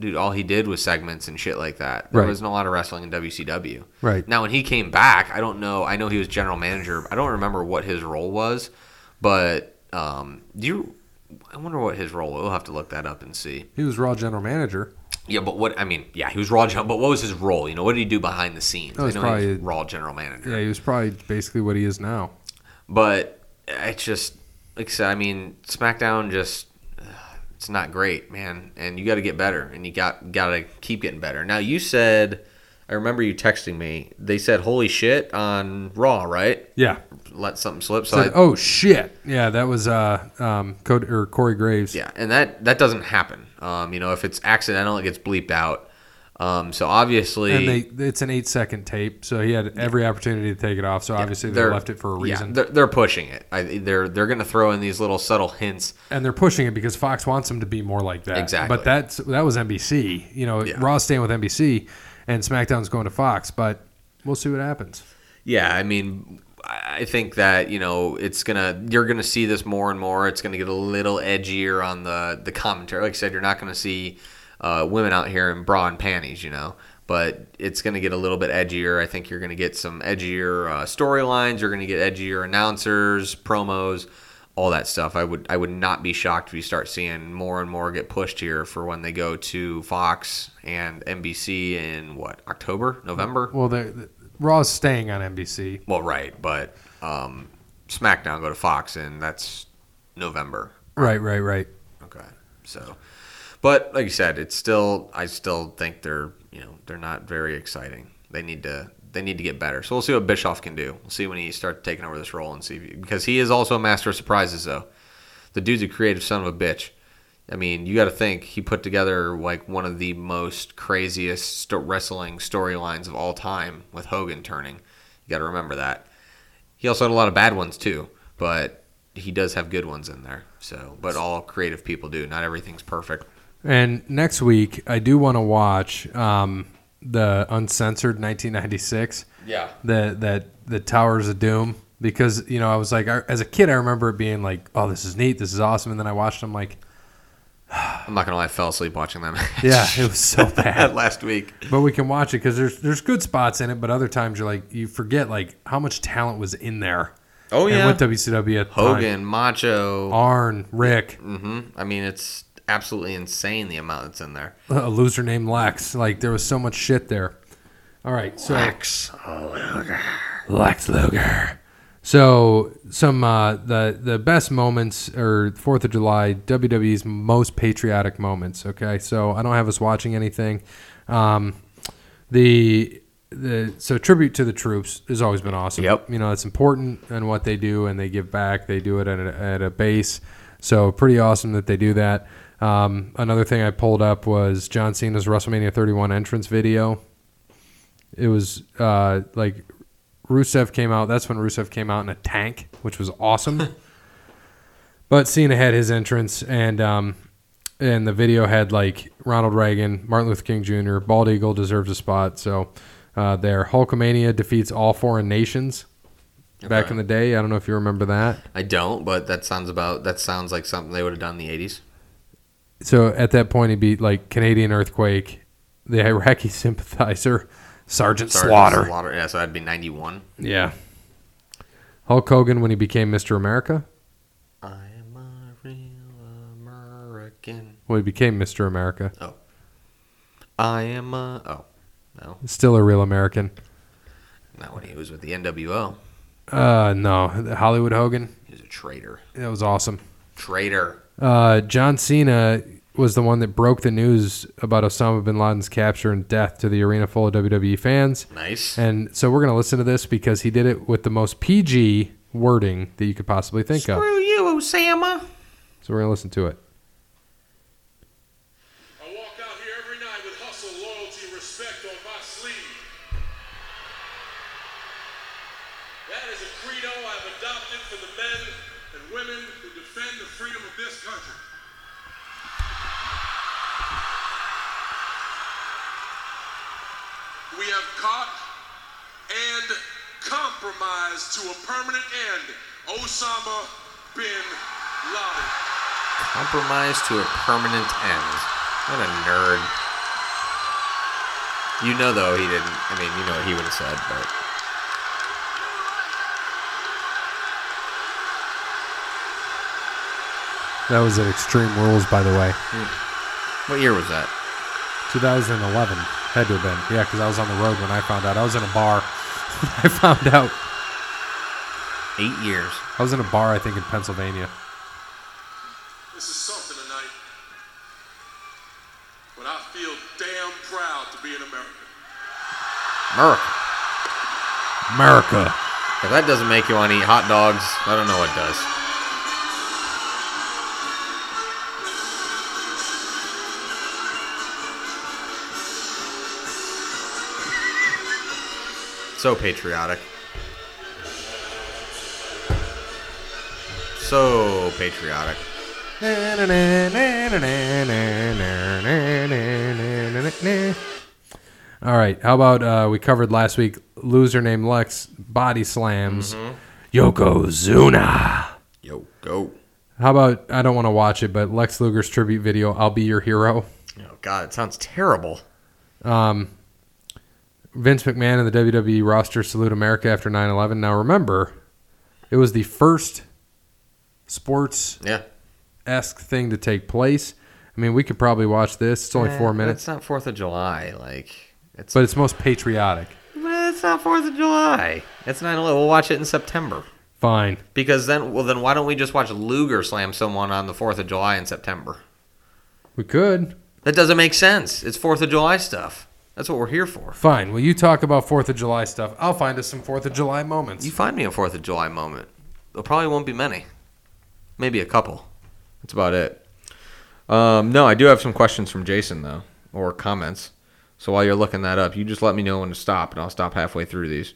B: dude, all he did was segments and shit like that. There
A: Right.
B: wasn't a lot of wrestling in WCW.
A: Right.
B: Now, when he came back, I don't know. I know he was general manager. I don't remember what his role was, but um, do you? I wonder what his role. We'll have to look that up and see.
A: He was Raw general manager.
B: Yeah, but what I mean, yeah, he was Raw general. But what was his role? You know, what did he do behind the scenes?
A: That was
B: I know he
A: probably-
B: was Raw general manager.
A: Yeah, he was probably basically what he is now.
B: But it's just like I said. I mean, SmackDown just uh, it's not great, man. And you got to get better, and you got got to keep getting better. Now you said, I remember you texting me. They said, "Holy shit" on Raw, right?
A: Yeah.
B: Let something slip. So
A: Said,
B: I,
A: oh shit. Yeah, that was uh um Cody, or Corey Graves.
B: yeah, and that that doesn't happen. Um, you know, if it's accidental, it gets bleeped out. Um, so obviously,
A: And they it's an eight second tape, so he had every opportunity to take it off. So obviously they left it for a
B: yeah,
A: reason.
B: they're, they're pushing it. I, they're they're going to throw in these little subtle hints
A: and they're pushing it because Fox wants them to be more like that.
B: Exactly.
A: But that's that was NBC. You know,
B: Yeah.
A: Raw's staying with NBC, and SmackDown's going to Fox. But we'll see what happens.
B: Yeah, I mean, I think that you know it's gonna you're gonna see this more and more. It's gonna get a little edgier on the the commentary. Like I said, you're not gonna see uh, women out here in bra and panties, you know. But it's gonna get a little bit edgier. I think you're gonna get some edgier uh, storylines. You're gonna get edgier announcers, promos, all that stuff. I would I would not be shocked if you start seeing more and more get pushed here for when they go to Fox and NBC in what October, November.
A: Well, the, the Raw's staying on NBC.
B: Well, right, but um, SmackDown go to Fox, and that's November.
A: Right, right, right.
B: Okay, so, but like you said, it's still I still think they're you know they're not very exciting. They need to they need to get better. So we'll see what Bischoff can do. We'll see when he starts taking over this role and see if he, because he is also a master of surprises though. The dude's a creative son of a bitch. I mean, you got to think he put together like one of the most craziest sto- wrestling storylines of all time with Hogan turning. You got to remember that. He also had a lot of bad ones too, but he does have good ones in there. So, but all creative people do. Not everything's perfect.
A: And next week, I do want to watch um, the uncensored 1996,
B: Yeah.
A: the that the Towers of Doom, because you know I was like, I, as a kid, I remember it being like, oh, this is neat, this is awesome, and then I watched them like,
B: I'm not gonna lie, I fell asleep watching that match.
A: yeah, it was so bad.
B: last week.
A: but we can watch it because there's there's good spots in it, but other times you're like, you forget like how much talent was in there.
B: Oh
A: and
B: yeah.
A: with WCW at the time.
B: Hogan, Macho.
A: Arn, Rick,
B: hmm I mean, it's absolutely insane the amount that's in there.
A: a loser named Lex. Like there was so much shit there. All right, so
B: Lex.
A: Lex Luger. So some uh, the the best moments or Fourth of July WWE's most patriotic moments. Okay, so I don't have us watching anything. Um, the the so tribute to the troops has always been awesome.
B: Yep.
A: you know it's important and what they do and they give back. They do it at a, at a base, so pretty awesome that they do that. Um, another thing I pulled up was John Cena's WrestleMania 31 entrance video. It was uh, like Rusev came out. That's when Rusev came out in a tank, which was awesome. but Cena had his entrance, and um, and the video had like Ronald Reagan, Martin Luther King Jr., Bald Eagle deserves a spot. So uh, there, Hulkamania defeats all foreign nations. Back
B: Okay.
A: in the day, I don't know if you remember that.
B: I don't, but that sounds about. That sounds like something they would have done in the '80s.
A: So at that point, he beat like Canadian earthquake, the Iraqi sympathizer, Sergeant,
B: Sorry,
A: Slaughter.
B: Slaughter. Yeah, so that'd be '91.
A: Yeah. Hulk Hogan when he became Mr. America.
B: I'm a real American.
A: Well, he became Mr. America.
B: I am a. Oh, no,
A: Still a real American.
B: not when he was with the NWO.
A: Uh, no, Hollywood Hogan.
B: He was a traitor.
A: That was awesome.
B: Traitor.
A: Uh, John Cena was the one that broke the news about Osama bin Laden's capture and death to the arena full of WWE fans.
B: Nice.
A: And so we're going to listen to this because he did it with the most PG wording that you could possibly think of.
B: Screw you, Osama.
A: So we're going to listen to it.
C: I walk out here every night with hustle, loyalty, and respect on my sleeve. That is a credo I've adopted for the men and women who defend the freedom of this country. We have caught and compromised to a permanent end Osama bin Laden.
B: Compromise to a permanent end. What a nerd. You know, though, he didn't. I mean, you know what he would have said, but.
A: That was at Extreme Rules, by the way.
B: What year was that?
A: 2011 had to have been. Yeah, because I was on the road when I found out. I was in a bar. I found out.
B: Eight years.
A: I was in a bar, I think, in Pennsylvania.
C: This is something tonight. But I feel damn proud to be an American.
B: America.
A: America.
B: If that doesn't make you want to eat hot dogs, I don't know what does. So patriotic. So patriotic.
A: All right. How about uh, we covered last week? Loser named Lex body slams Yokozuna.
B: Yo, go.
A: How about I don't want to watch it, but Lex Luger's tribute video, "I'll Be Your Hero."
B: Oh God, it sounds terrible.
A: Um, Vince McMahon and the WWE roster salute America after 9/11. Now remember, it was the first sports
B: Yeah.
A: esque thing to take place. I mean, we could probably watch this. It's only
B: Eh,
A: four
B: but
A: minutes,
B: It's not Fourth of July, like it's
A: but it's most patriotic.
B: But it's not Fourth of July. It's 9 11. We'll watch it in September.
A: Fine.
B: Because then, well, then why don't we just watch Luger slam someone on the 4th of July in September?
A: We could.
B: That doesn't make sense. It's 4th of July stuff. That's what we're here for.
A: Fine. Will you talk about Fourth of July stuff? I'll find us some Fourth of July moments.
B: You find me a 4th of July moment. There probably won't be many. Maybe a couple. That's about it. Um, no, I do have some questions from Jason though, or comments. So while you're looking that up, you just let me know when to stop, and I'll stop halfway through these.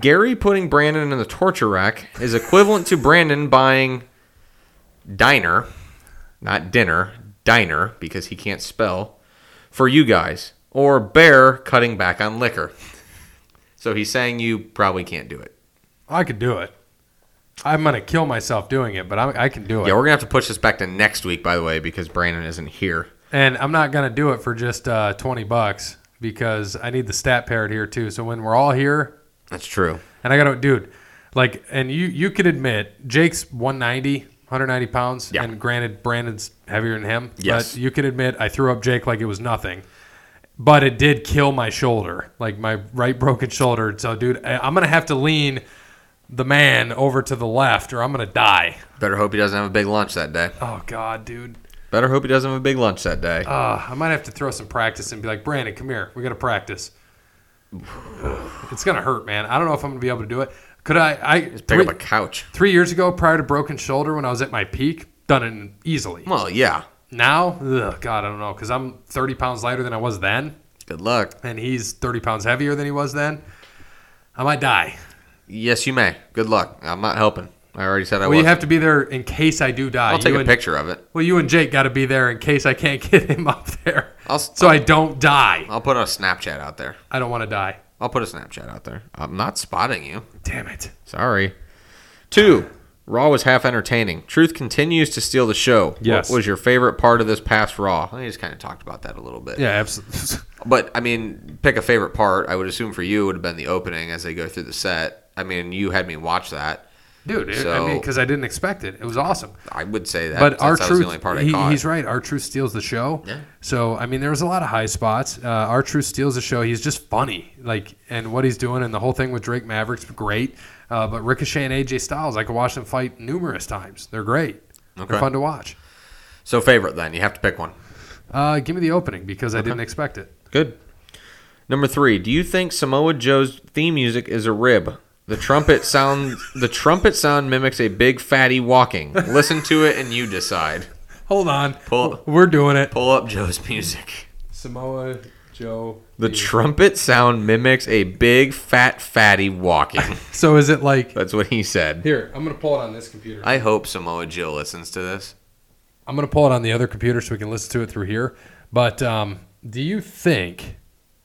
B: Gary putting Brandon in the torture rack is equivalent to Brandon buying diner, not dinner, diner because he can't spell for you guys, or Bear cutting back on liquor. So he's saying you probably can't do it.
A: I could do it. I'm gonna kill myself doing it, but I'm, I can do it.
B: Yeah, we're gonna have to push this back to next week, by the way, because Brandon isn't here.
A: And I'm not gonna do it for just uh, 20 bucks because I need the stat parrot here too. So when we're all here,
B: That's true.
A: and I gotta, dude, like, and you you could admit Jake's 190, 190 pounds,
B: Yeah.
A: and granted Brandon's heavier than him.
B: Yes.
A: but you could admit I threw up Jake like it was nothing. But it did kill my shoulder, like my right broken shoulder. So, dude, I- I'm gonna have to lean the man over to the left, or I'm gonna die.
B: Better hope he doesn't have a big lunch that day.
A: Oh God, dude.
B: Better hope he doesn't have a big lunch that day.
A: Uh, I might have to throw some practice and be like, Brandon, come here. We got to practice. it's gonna hurt, man. I don't know if I'm gonna be able to do it. Could I? I
B: Just pick
A: three,
B: up a couch.
A: three years ago, prior to broken shoulder, when I was at my peak, done it easily.
B: Well, yeah.
A: Now, ugh, God, I don't know, because I'm 30 pounds lighter than I was then,
B: Good luck.
A: and he's 30 pounds heavier than he was then. I might die.
B: Yes, you may. Good luck. I'm not helping. I already said I
A: Well,
B: was.
A: you have to be there in case I do die.
B: I'll take
A: you
B: a
A: and,
B: picture of it.
A: Well, you and Jake got to be there in case I can't get him up there,
B: I'll s-
A: so I don't die.
B: I'll put a Snapchat out there.
A: I don't want to die.
B: I'll put a Snapchat out there. I'm not spotting you.
A: Damn it.
B: Sorry. Two. Raw was half entertaining. Truth continues to steal the show.
A: Yes.
B: What was your favorite part of this past Raw? I just kind of talked about that a little bit.
A: Yeah, absolutely.
B: But I mean, pick a favorite part. I would assume for you it would have been the opening as they go through the set. I mean, you had me watch that.
A: Dude, it- I
B: So-
A: mean, because I didn't expect it. It was awesome.
B: I would say that.
A: but
B: since
A: our
B: that was
A: truth,
B: the only part I
A: he,
B: caught.
A: he's right. Our truth steals the show.
B: Yeah.
A: So I mean, there was a lot of high spots. Uh, our truth steals the show. He's just funny, like, and what he's doing, and the whole thing with Drake Maverick's great. Uh, but Ricochet and AJ Styles, I could watch them fight numerous times. They're great.
B: Okay.
A: They're fun to watch.
B: So favorite then. You have to pick one.
A: Uh, give me the opening because I didn't expect it.
B: Good. Number three. Do you think Samoa Joe's theme music is a rib? The trumpet sound. the trumpet sound mimics a big fatty walking. Listen to it and you decide.
A: Hold on,
B: Pull-
A: we're doing it.
B: Pull up Joe's music.
A: Samoa Joe.
B: The trumpet sound mimics a big fat fatty walking.
A: So is it like
B: That's what he said.
A: here? I'm gonna pull it on this computer.
B: I hope Samoa Joe listens to this.
A: I'm going to pull it on the other computer so we can listen to it through here. But um, do you think,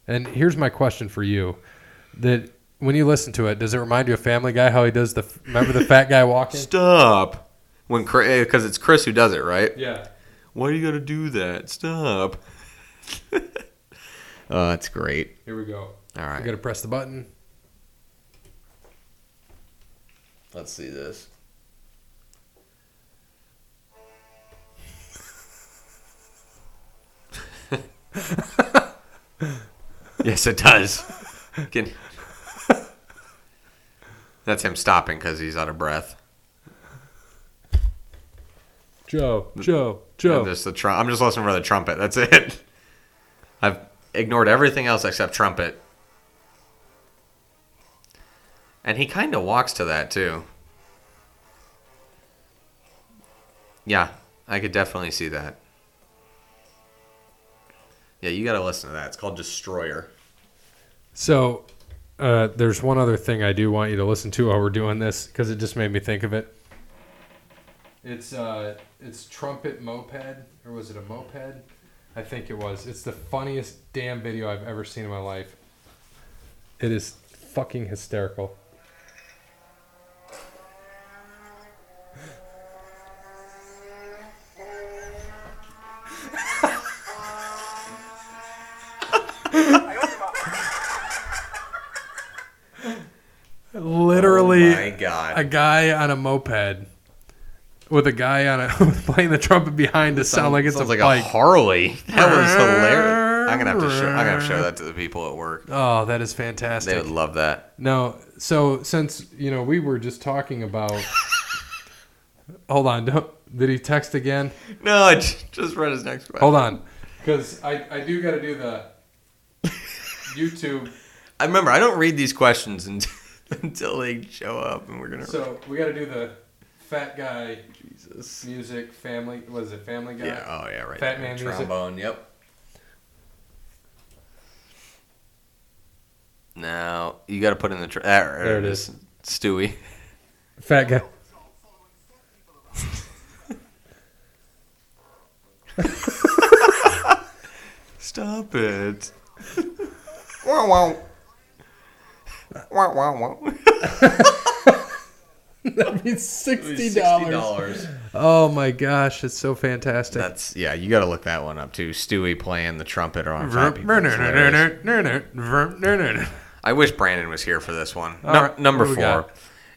A: and here's my question for you, that when you listen to it, does it remind you of Family Guy, how he does the, remember the fat guy walking?
B: Stop. When because it's Chris who does it, right?
A: Yeah.
B: Why do you gotta do that? Stop. uh, it's great.
A: Here we go.
B: All
A: I
B: right.
A: got to press the button.
B: Let's see this. yes, it does. Can- That's him stopping because he's out of breath.
A: Joe, Joe,
B: I'm
A: Joe.
B: just the tru- I'm just listening for the trumpet. That's it. I've ignored everything else except trumpet. And he kind of walks to that too. Yeah, I could definitely see that. Yeah, you got to listen to that. It's called Destroyer.
A: So uh, there's one other thing I do want you to listen to while we're doing this because it just made me think of it. It's uh, it's trumpet moped or was it a moped? I think it was. It's the funniest damn video I've ever seen in my life. It is fucking hysterical. Literally,
B: Oh my God.
A: a guy on a moped with a guy on a playing the trumpet behind to sound like it's a
B: Sounds like
A: bike.
B: a Harley. That was hilarious. I'm gonna have to show. I'm gonna have to show that to the people at work.
A: oh, that is
B: They
A: fantastic.
B: would love that.
A: No, so since you know we were just talking about, hold on, don't, did he text again?
B: No, I ju- just read his next question.
A: Hold on, because I I do got to do the YouTube.
B: I remember I don't read these questions until, until they show up and we're gonna.
A: So we got to do the fat guy
B: Jesus.
A: music family. Was it Family Guy?
B: Yeah. Oh yeah. Right.
A: Fat
B: there.
A: man music.
B: Trombone. Yep. Now you got to put in the. Tr- there,
A: There
B: it
A: it
B: is. Stewie.
A: Fat guy.
B: Stop it. wow wow. Wow wow wow.
A: that means sixty
B: dollars.
A: Oh my gosh, it's so fantastic.
B: That's yeah. You got to look that one up too. Stewie playing the trumpet on Fat People. It's hilarious.
A: All
B: I wish Brandon was here for this one.
A: All
B: Num-
A: right,
B: number
A: what do we
B: four.
A: got?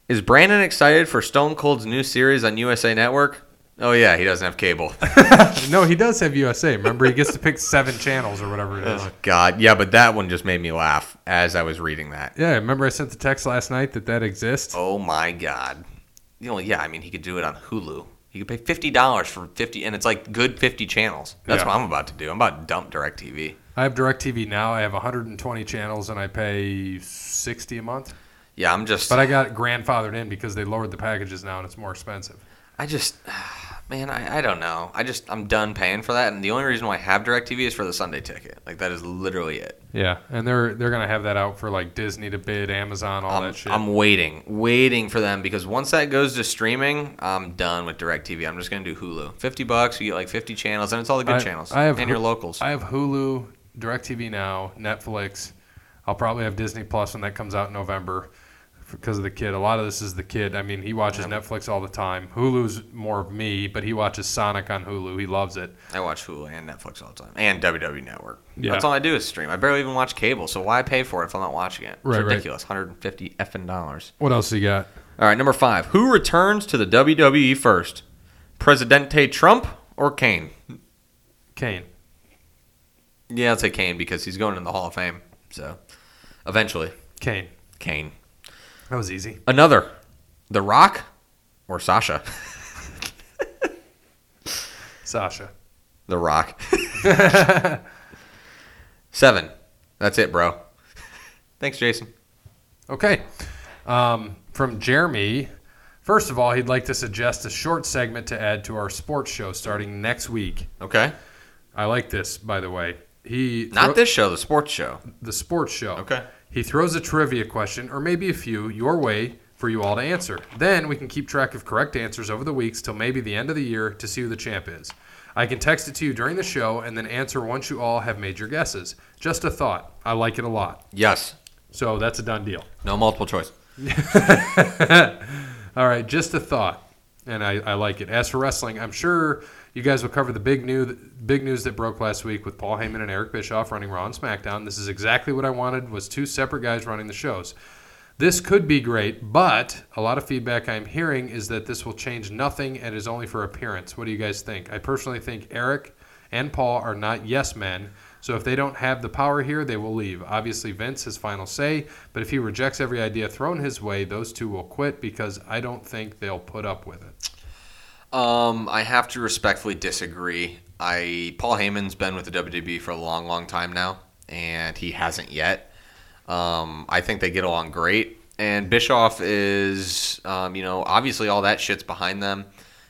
B: Is Brandon excited for Stone Cold's new series on USA Network? Oh yeah, he doesn't have cable.
A: No, he does have USA. Remember, he gets to pick seven channels or whatever it is.
B: God, yeah, but that one just made me laugh as I was reading that.
A: Yeah, remember I sent the text last night that that exists.
B: Oh my God. You know, yeah, I mean, he could do it on Hulu. He could pay fifty dollars for fifty, and it's like good fifty channels. That's
A: Yeah.
B: what I'm about to do. I'm about to dump Directv.
A: I have DirecTV now. I have 120 channels and I pay 60 a month.
B: Yeah, I'm just.
A: But I got grandfathered in because they lowered the packages now and it's more expensive.
B: I just, man, I, I don't know. I just, I'm done paying for that. And the only reason why I have DirecTV is for the Sunday ticket. Like, that is literally it.
A: Yeah, and they're they're gonna have that out for like Disney to bid, Amazon, all
B: I'm,
A: that shit.
B: I'm waiting, waiting for them because once that goes to streaming, I'm done with DirecTV. I'm just going to do Hulu. 50 bucks, you get like 50 channels, and it's all the good
A: I-
B: channels.
A: I have
B: and
A: Hu-
B: your locals.
A: I have Hulu, DirecTV Now, Netflix. I'll probably have Disney Plus when that comes out in November because of the kid. A lot of this is the kid. I mean, he watches Netflix all the time. Hulu's more of me, but he watches Sonic on Hulu. He loves it.
B: I watch Hulu and Netflix all the time, and WWE Network.
A: Yeah.
B: That's all I do is stream. I barely even watch cable, so why pay for it if I'm not watching it? It's
A: Right, right.
B: ridiculous. 150 effing dollars.
A: What else you got?
B: All right, number five. Who returns to the WWE first, Presidente Trump or Kane?
A: Kane.
B: Yeah, I'd say Kane because he's going in the Hall of Fame. So, eventually,
A: Kane.
B: Kane.
A: That was easy.
B: Another, The Rock or Sasha?
A: Sasha.
B: The Rock. Seven. That's it, bro. Thanks, Jason.
A: Okay. Um, from Jeremy. First of all, he'd like to suggest a short segment to add to our sports show starting next week.
B: Okay.
A: I like this, by the way. He
B: Not this show, the sports show.
A: the sports show.
B: Okay.
A: He throws a trivia question, or maybe a few, your way for you all to answer. Then we can keep track of correct answers over the weeks till maybe the end of the year to see who the champ is. I can text it to you during the show and then answer once you all have made your guesses. Just a thought. I like it a lot.
B: Yes.
A: So that's a done deal.
B: No multiple choice.
A: All right, just a thought, and I, I like it. As for wrestling, I'm sure you guys will cover the big new big news that broke last week with Paul Heyman and Eric Bischoff running Raw and SmackDown. This is exactly what I wanted: was two separate guys running the shows. This could be great, but a lot of feedback I'm hearing is that this will change nothing and is only for appearance. What do you guys think? I personally think Eric and Paul are not yes men. So if they don't have the power here, they will leave. Obviously, Vince has final say, but if he rejects every idea thrown his way, those two will quit because I don't think they'll put up with it.
B: Um, I have to respectfully disagree. I Paul Heyman's been with the WWE for a long, long time now, and he hasn't yet. Um, I think they get along great, and Bischoff is, um, you know, obviously all that shit's behind them,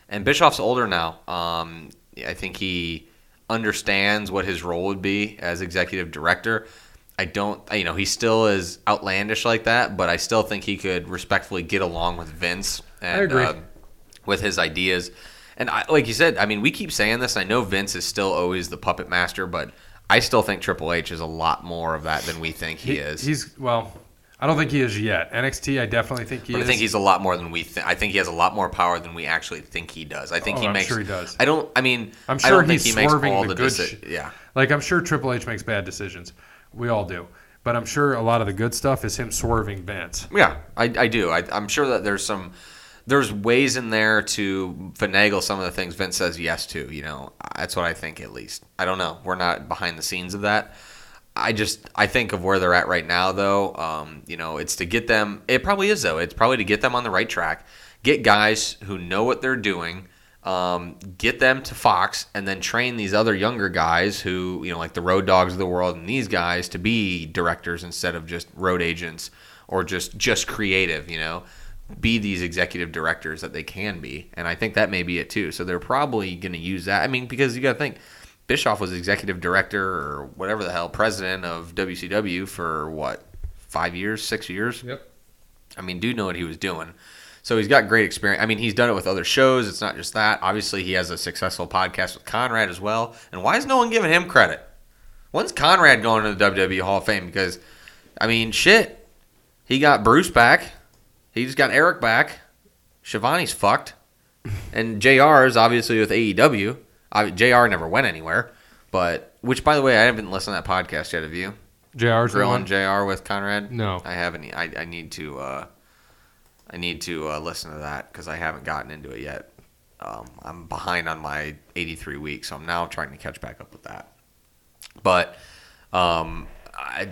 B: and Bischoff's older now. Um, I think he understands what his role would be as executive director. I don't, you know, he still is outlandish like that, but I still think he could respectfully get along with Vince. And,
A: agree.
B: Uh, with his ideas. And I, like you said, I mean, we keep saying this. I know Vince is still always the puppet master, but I still think Triple H is a lot more of that than we think he, is.
A: He's well. I don't think he is yet. NXT, I definitely think he
B: but
A: is.
B: I think he's a lot more than we. Th- I think he has a lot more power than we actually think he does. I think
A: Oh,
B: he
A: I'm
B: makes.
A: sure he does.
B: I don't. I mean,
A: I'm
B: I
A: sure
B: don't think
A: he's
B: he makes
A: swerving
B: all
A: the
B: the,
A: good sh-
B: deci- Yeah,
A: Like I'm sure Triple H makes bad decisions. We all do. But I'm sure a lot of the good stuff is him swerving Vince.
B: yeah, I, I do. I, I'm sure that there's some. There's ways in there to finagle some of the things Vince says yes to. You know, that's what I think at least. I don't know. We're not behind the scenes of that. I just I think of where they're at right now though. Um, you know, it's to get them. It probably is though. It's probably to get them on the right track. Get guys who know what they're doing. Um, get them to Fox and then train these other younger guys who you know like the road dogs of the world and these guys to be directors instead of just road agents or just just creative. You know, be these executive directors that they can be. And I think that may be it too. So they're probably going to use that. I mean, because you got to think Bischoff was executive director or whatever the hell, president of WCW for what, five years, six years?
A: Yep.
B: I mean, dude know what he was doing. So he's got great experience. I mean, he's done it with other shows. It's not just that. Obviously, he has a successful podcast with Conrad as well. And why is no one giving him credit? When's Conrad going to the WWE Hall of Fame? Because, I mean, shit, he got Bruce back. He just got Eric back. Shivani's fucked. And JR is obviously with E AEW. I, JR never went anywhere. But, which, by the way, I haven't listened to that podcast yet, have you?
A: JR's
B: Grilling
A: one.
B: JR with Conrad?
A: No.
B: I haven't. e, I, I need to. Uh, I need to uh, listen to that because I haven't gotten into it yet. Um, I'm behind on my 83 weeks, so I'm now trying to catch back up with that. But, um, I,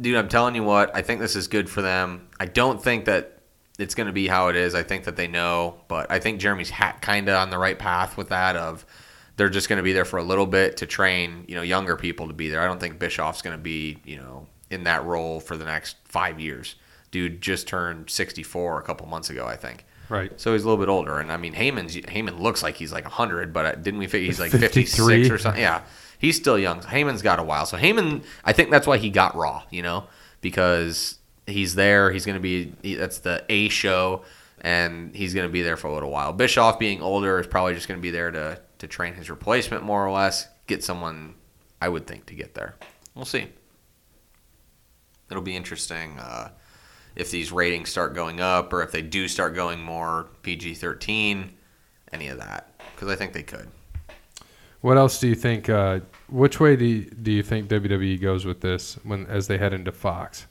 B: dude, I'm telling you what, I think this is good for them. I don't think that it's going to be how it is. I think that they know, but I think Jeremy's hat kind of on the right path with that. Of they're just going to be there for a little bit to train, you know, younger people to be there. I don't think Bischoff's going to be, you know, in that role for the next five years. Dude just turned 64 a couple months ago, I think.
A: Right.
B: So he's a little bit older, and I mean, Heyman's Heyman looks like he's like 100, but uh, didn't we figure he's like
A: 53?
B: 56 or something? Yeah, he's still young. Heyman's got a while, so Heyman, I think that's why he got Raw, you know, because he's there. He's gonna be he, that's the A show, and he's gonna be there for a little while. Bischoff being older is probably just gonna be there to to train his replacement more or less, get someone I would think to get there. We'll see. It'll be interesting. Uh, if these ratings start going up or if they do start going more PG 13, any of that. Because I think they could.
A: What else do you think? Uh, which way do you, do you think WWE goes with this when as they head into Fox?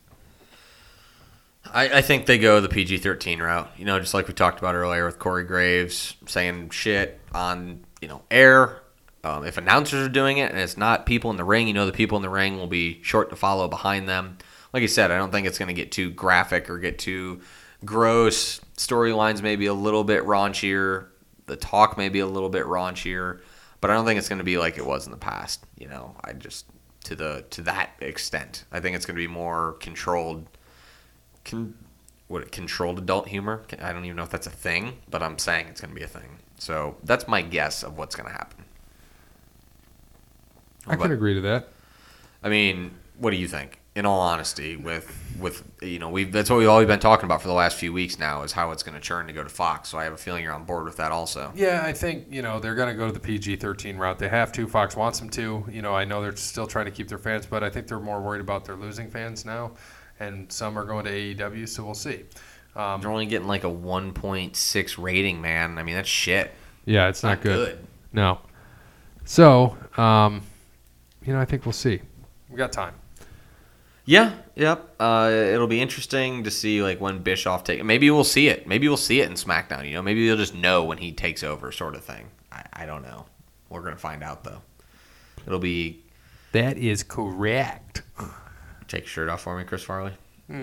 B: I, I think they go the PG 13 route. You know, just like we talked about earlier with Corey Graves saying shit on, you know, air. Um, if announcers are doing it and it's not people in the ring, you know, the people in the ring will be short to follow behind them. Like I said, I don't think it's going to get too graphic or get too gross. Storylines may be a little bit raunchier. The talk may be a little bit raunchier, but I don't think it's going to be like it was in the past. You know, I just to the to that extent. I think it's going to be more controlled con- what controlled adult humor. I don't even know if that's a thing, but I'm saying it's going to be a thing. So that's my guess of what's going to happen.
A: I
B: But-
A: can agree to that.
B: I mean, what do you think? In all honesty, with with you know, we that's what we've always been talking about for the last few weeks now is how it's going to churn to go to Fox. So I have a feeling you're on board with that also.
A: Yeah, I think you know they're going to go to the PG-13 route. They have to. Fox wants them to. You know, I know they're still trying to keep their fans, but I think they're more worried about their losing fans now, and some are going to AEW. So we'll see. Um,
B: They're only getting like a 1.6 rating, man. I mean, that's shit.
A: yeah, it's not, good. No. So, um, you know, I think we'll see. We got time.
B: Yeah, yep. Uh, it'll be interesting to see like when Bischoff take. Maybe we'll see it. Maybe we'll see it in SmackDown. You know, maybe they'll just know when he takes over, sort of thing. I, I don't know. We're gonna find out though. It'll be
A: That is correct.
B: take your shirt off for me, Chris Farley.
A: All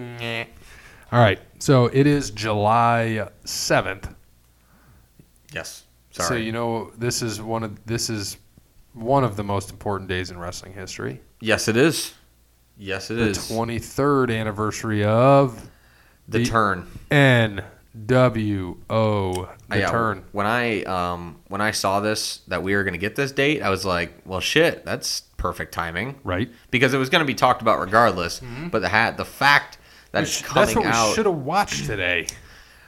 A: right. So it is July seventh.
B: Yes.
A: So
B: Sorry.
A: you know this is one of this is one of the most important days in wrestling history.
B: yes, it is. Yes, it
A: the
B: is.
A: twenty third anniversary of
B: the
A: the-
B: turn.
A: NWO. The
B: Yeah,
A: turn.
B: When I um when I saw this that we were gonna get this date, I was like, well, shit, that's perfect timing.
A: Right.
B: because it was going to be talked about regardless. But the hat, the fact that it's
A: Mm-hmm. Which-
B: coming
A: what we
B: out,
A: should have watched today,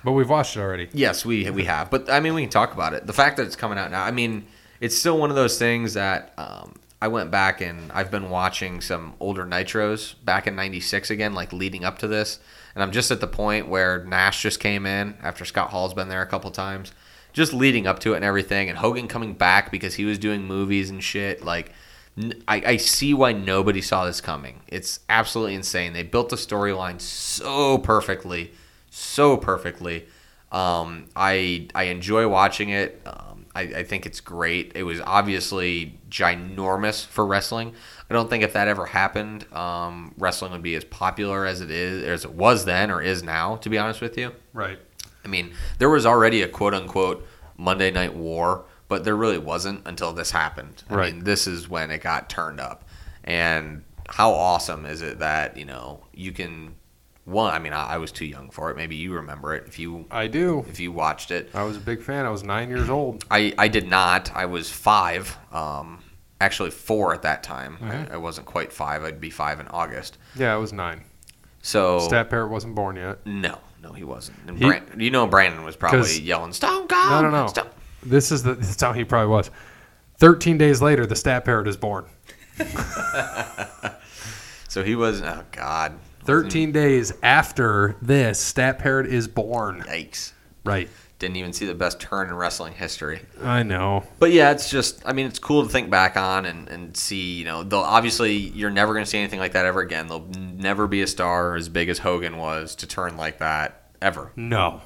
A: but we've watched it already.
B: yes, we we have. But I mean, we can talk about it. The fact that it's coming out now, I mean, it's still one of those things that um, I went back and I've been watching some older nitros back in '96 again, like leading up to this, and I'm just at the point where Nash just came in after Scott Hall's been there a couple times. Just leading up to it and everything, and Hogan coming back because he was doing movies and shit. Like, N- I, I see why nobody saw this coming. It's absolutely insane. They built the storyline so perfectly, so perfectly. Um, I I enjoy watching it. Um, I, I think it's great. It was obviously ginormous for wrestling. I don't think if that ever happened, um, wrestling would be as popular as it is, as it was then, or is now. To be honest with you,
A: Right.
B: I mean, there was already a quote unquote Monday Night War, but there really wasn't until this happened. I
A: Right.
B: mean, this is when it got turned up. And how awesome is it that, you know, you can one. I mean, I, I was too young for it. Maybe you remember it if you
A: I do.
B: if you watched it.
A: I was a big fan. I was nine years old.
B: I, I did not. I was five, um, actually four at that time.
A: Mhm.
B: I, I wasn't quite five. I'd be five in August.
A: Yeah, I was nine.
B: So
A: Stat Parrot wasn't born yet.
B: no, no, he wasn't. And
A: He-
B: Brand, you know, Brandon was probably
A: 'Cause-
B: yelling, "Stone God,
A: no, no.
B: Stone-"
A: This is the this is how he probably was. Thirteen days later, the Stat Parrot is born.
B: So he was. Oh God,
A: 13 days after this, Stat Parrot is born.
B: yikes!
A: Right.
B: Didn't even see the best turn in wrestling history.
A: I know.
B: But yeah, it's just. I mean, it's cool to think back on and, and see. You know, they'll obviously you're never going to see anything like that ever again. There'll never be a star as big as Hogan was to turn like that ever.
A: No.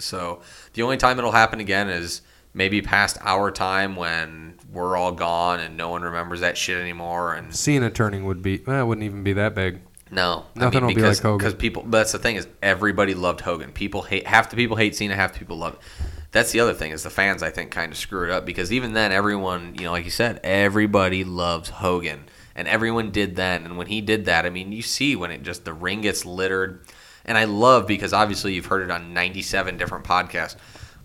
B: So the only time it'll happen again is maybe past our time when we're all gone and no one remembers that shit anymore. And
A: Cena turning would be, well, it wouldn't even be that big.
B: no,
A: Nothing will be
B: because,
A: like Hogan.
B: Because people, that's the thing is everybody loved Hogan. People hate half the people hate Cena, half the people love. It. That's the other thing is the fans I think kind of screw it up because even then everyone you know like you said everybody loves Hogan and everyone did then and when he did that I mean you see when it just the ring gets littered and I love because obviously you've heard it on 97 different podcasts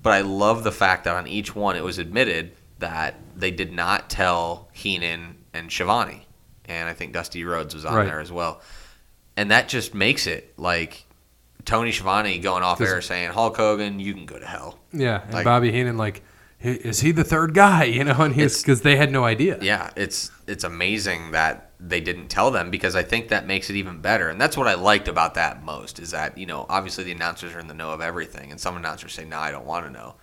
B: but I love the fact that on each one it was admitted that they did not tell Heenan and Shivani and I think Dusty Rhodes was on
A: Right.
B: there as well and that just makes it like Tony Schiavone going off air saying Hulk Hogan, you can go to hell.
A: Yeah. And
B: Like-
A: Bobby Heenan, like, "Hey, is he the third guy? You know, and he's
B: It's-
A: because they had no idea.
B: Yeah, it's it's amazing that they didn't tell them because I think that makes it even better. And that's what I liked about that most is that you know obviously the announcers are in the know of everything, and some announcers say no, I don't want to know,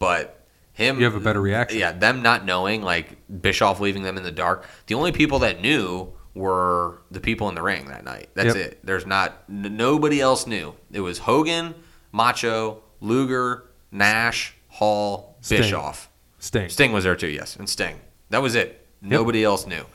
B: but him
A: You have a better reaction.
B: Yeah, them not knowing like Bischoff leaving them in the dark. The only people that knew were the people in the ring that night.
A: Yep.
B: That's it. There's not n- nobody else knew. It was Hogan, Macho, Luger, Nash, Hall,
A: Sting.
B: Bischoff.
A: Sting.
B: Sting was there too, yes, and Sting. That was it. Nobody else knew.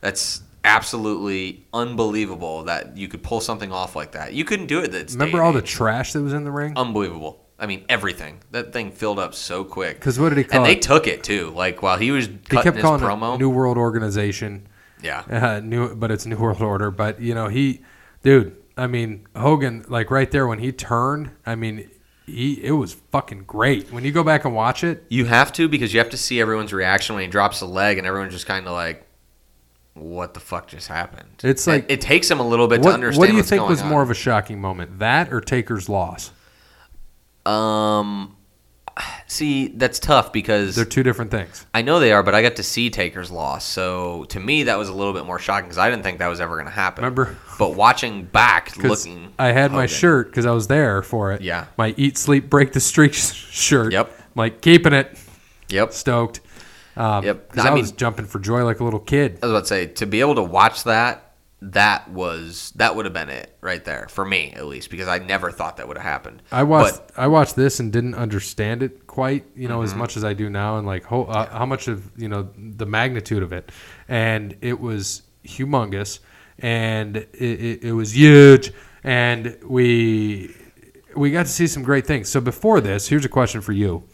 B: That's absolutely unbelievable that you could pull something off like that. You couldn't do it. That's
A: Remember all the trash that was in the ring?
B: Um, unbelievable. I mean, everything. That thing filled up so quick.
A: 'Cause what did he call
B: And they
A: it?
B: took it too. Like while he was
A: He
B: cutting
A: kept
B: his
A: calling
B: promo.
A: it New World Organization.
B: yeah.
A: Uh, new, but it's New World Order. But you know, he, dude. I mean, Hogan, like right there when he turned. I mean, he it was fucking great. When you go back and watch it,
B: You have to because you have to see everyone's reaction when he drops a leg, and everyone's just kind of like, "What the fuck just happened?"
A: It's
B: It-
A: like-
B: it, takes him a little bit to
A: what,
B: understand.
A: what do you
B: what's
A: think
B: going
A: was
B: on.
A: more of a shocking moment, that or Taker's loss?
B: Um, see, that's tough because
A: They're two different things.
B: I know they are, but I got to see Taker's loss, so to me that was a little bit more shocking because I didn't think that was ever going to happen.
A: Remember-
B: but watching back,
A: 'Cause
B: looking,
A: I had my
B: Hogan.
A: shirt because I was there for it.
B: Yeah.
A: my eat, sleep, break the streak shirt.
B: Yep.
A: like keeping it
B: Yep,
A: stoked. Um,
B: Yep.
A: 'cause
B: I
A: I,
B: mean-
A: was jumping for joy like a little kid.
B: I was about to say to be able to watch that. That was that would have been it right there for me at least because I never thought that would have happened.
A: I
B: was.
A: watched I watched this and didn't understand it quite, you know, as much as I do now, and like ho- uh, how much of you know the magnitude of it, and it was humongous, and it, it, it was huge, and we we got to see some great things. So before this, here's a question for you: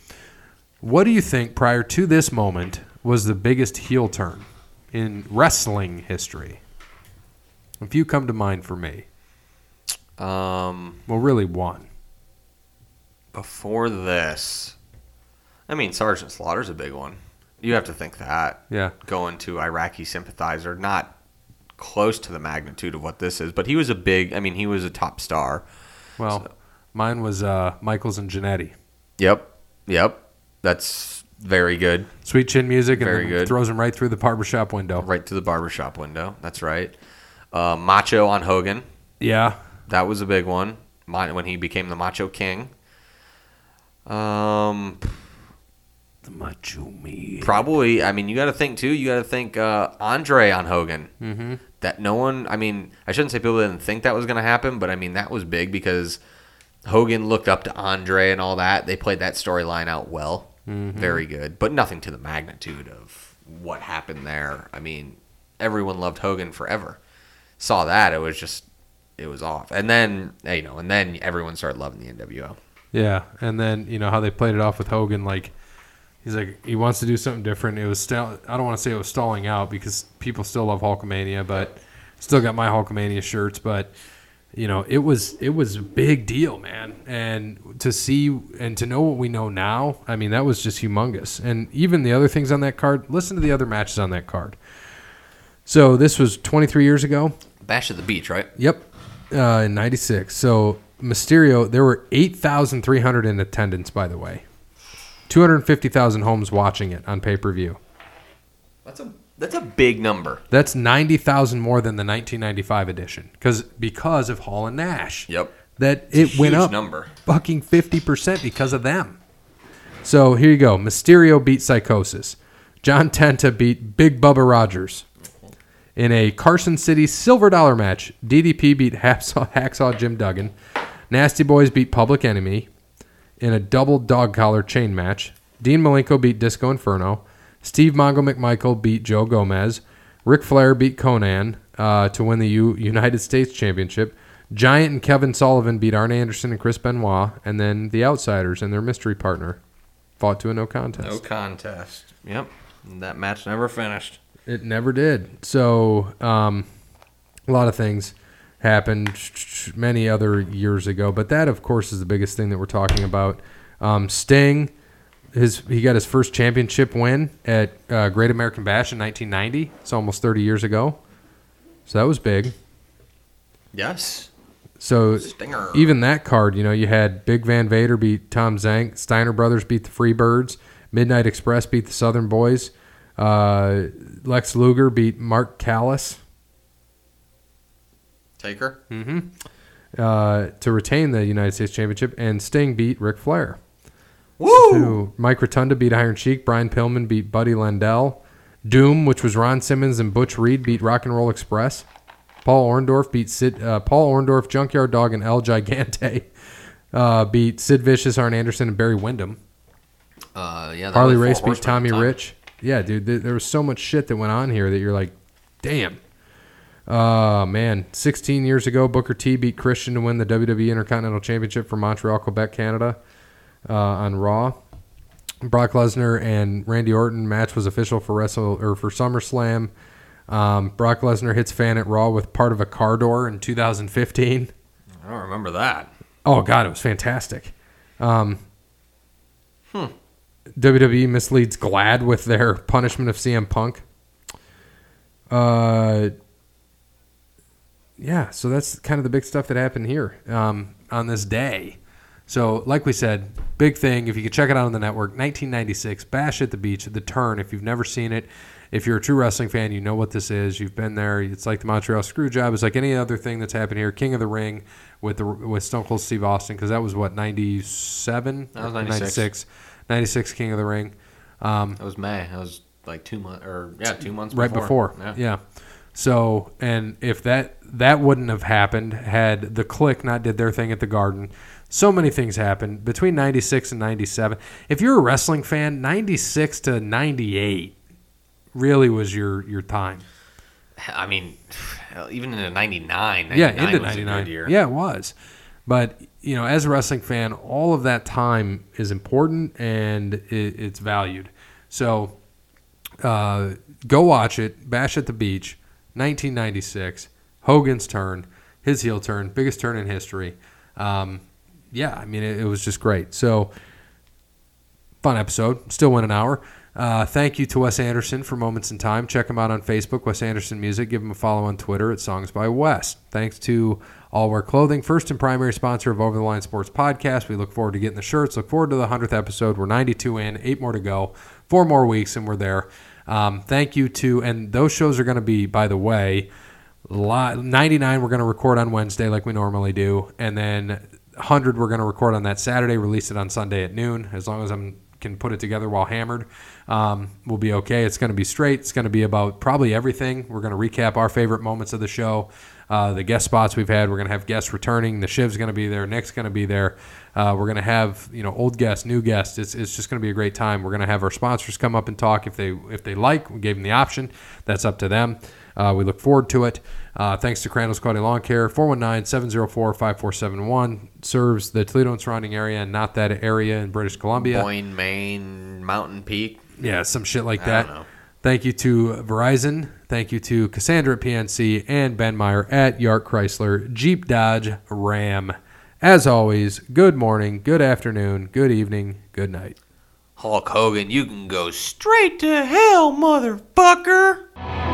A: What do you think prior to this moment was the biggest heel turn in wrestling history? A few come to mind for me.
B: Um,
A: Well, really one.
B: before this, I mean, Sergeant Slaughter's a big one. You have to think that
A: Yeah.
B: going to Iraqi sympathizer, not close to the magnitude of what this is, but he was a big. I mean, he was a top star.
A: Well, mine was uh, Michaels and Janetti.
B: Yep, yep, that's very good.
A: Sweet chin music and
B: Very
A: then
B: good.
A: throws him right through the barbershop window.
B: Right to the barbershop window. That's right. Uh, Macho on Hogan.
A: Yeah.
B: That was a big one. My, when he became the Macho King. Um,
A: The macho me.
B: Probably. I mean, you got to think too. You got to think uh, Andre on Hogan. Mm-hmm. That no one. I mean, I shouldn't say people didn't think that was going to happen, but I mean that was big because Hogan looked up to Andre and all that. They played that storyline out well,
A: Mm-hmm.
B: very good, but nothing to the magnitude of what happened there. I mean, everyone loved Hogan forever. Saw that it was just it was off, and then you know, and then everyone started loving the NWO.
A: Yeah. And then, you know, how they played it off with Hogan, like, he's like, he wants to do something different. It was, sta- I don't want to say it was stalling out because people still love Hulkamania, but still got my Hulkamania shirts, but you know, it was it was a big deal, man. And to see and to know what we know now, I mean, that was just humongous. And even the other things on that card, listen to the other matches on that card. So this was 23 years ago.
B: Bash at the beach, right?
A: Yep, uh, in '96. So Mysterio, there were 8,300 in attendance, by the way. 250,000 homes watching it on pay per view.
B: That's a that's a big number.
A: That's 90,000 more than the 1995 edition because because of Hall and Nash.
B: Yep.
A: That
B: It's a
A: it went
B: huge
A: up
B: number.
A: fucking 50% because of them. So here you go. Mysterio beat Psychosis. John Tenta beat Big Bubba Rogers. In a Carson City Silver Dollar match, DDP beat Hacksaw, Hacksaw Jim Duggan. Nasty Boys beat Public Enemy. In a double dog collar chain match, Dean Malenko beat Disco Inferno. Steve Mongo McMichael beat Joe Gomez. Ric Flair beat Conan uh, to win the U- United States Championship. Giant and Kevin Sullivan beat Arn Anderson and Chris Benoit. And then the Outsiders and their mystery partner fought to a no contest.
B: No contest. Yep. That match never finished.
A: It never did. So, um, a lot of things happened many other years ago, but that, of course, is the biggest thing that we're talking about. Um, Sting, his he got his first championship win at uh, Great American Bash in 1990. It's almost 30 years ago, so that was big.
B: Yes.
A: So
B: Stinger.
A: even that card, you know, you had Big Van Vader beat Tom Zank, Steiner Brothers beat the Freebirds, Midnight Express beat the Southern Boys, uh, Lex Luger beat Mark Callis
B: Taker.
A: uh, to retain the United States Championship, and Sting beat Ric Flair.
B: Woo!
A: Who, Mike Rotunda beat Iron Cheek, Brian Pillman beat Buddy Landell, Doom, which was Ron Simmons and Butch Reed, beat Rock and Roll Express. Paul Orndorff beat Sid, uh, Paul Orndorff, Junkyard Dog, and El Gigante uh, beat Sid Vicious, Arn Anderson, and Barry Windham.
B: Uh, yeah. that
A: Harley
B: was four
A: Race beat
B: horsemen at the
A: Tommy
B: time.
A: Rich. Yeah, dude, th- there was so much shit that went on here that you're like, damn. Uh man, 16 years ago, Booker T beat Christian to win the WWE Intercontinental Championship for Montreal, Quebec, Canada, uh, on Raw. Brock Lesnar and Randy Orton match was official for Wrestle or for SummerSlam. Um, Brock Lesnar hits fan at Raw with part of a car door in 2015.
B: I don't remember that.
A: Oh God, it was fantastic. Um, WWE misleads Glad with their punishment of CM Punk. Uh, yeah, so that's kind of the big stuff that happened here um, on this day. So, like we said, big thing. If you could check it out on the network, 1996, Bash at the Beach, The Turn. If you've never seen it, if you're a true wrestling fan, you know what this is. You've been there. It's like the Montreal Screwjob. It's like any other thing that's happened here. King of the Ring with the with Stone Cold Steve Austin because that was what 97,
B: That was
A: 96, 96 King of the Ring. Um,
B: That was May. That was like two months, or yeah, two months
A: right
B: before.
A: before. Yeah. So, and if that that wouldn't have happened had the click not did their thing at the Garden, so many things happened between 96 and 97. If you're a wrestling fan, 96 to 98 really was your your time.
B: I mean, hell, even in the 99.
A: Yeah, into
B: was a good
A: 99.
B: year.
A: Yeah, it was. But, you know, as a wrestling fan, all of that time is important and it, it's valued. So uh, go watch it. Bash at the Beach, 1996. Hogan's turn, his heel turn, biggest turn in history. Um, yeah, I mean, it, it was just great. So fun episode. Still went an hour. Uh, thank you to Wes Anderson for Moments in Time. Check him out on Facebook, Wes Anderson Music. Give him a follow on Twitter at Songs by Wes. Thanks to All Wear Clothing, first and primary sponsor of Over the Line Sports Podcast. We look forward to getting the shirts. Look forward to the 100th episode. We're 92 in, eight more to go, four more weeks, and we're there. Um, thank you to, and those shows are going to be, by the way, li- 99 we're going to record on Wednesday like we normally do, and then 100 we're going to record on that Saturday, release it on Sunday at noon. As long as I'm can put it together while hammered, um, we'll be okay. It's going to be straight. It's going to be about probably everything. We're going to recap our favorite moments of the show, uh, the guest spots we've had. We're going to have guests returning. The Shiv's going to be there. Nick's going to be there. Uh, we're going to have you know old guests, new guests. It's, it's just going to be a great time. We're going to have our sponsors come up and talk if they if they like. We gave them the option. That's up to them. Uh, we look forward to it. Uh, thanks to Crandall's Quality Lawn Care, 419 704 5471. Serves the Toledo and surrounding area and not that area in British Columbia.
B: Boyne, Maine, Mountain Peak.
A: Yeah, some shit like
B: I
A: that.
B: don't know.
A: Thank you to Verizon. Thank you to Cassandra at PNC and Ben Meyer at Yark Chrysler, Jeep Dodge Ram. As always, good morning, good afternoon, good evening, good night.
B: Hulk Hogan, you can go straight to hell, motherfucker.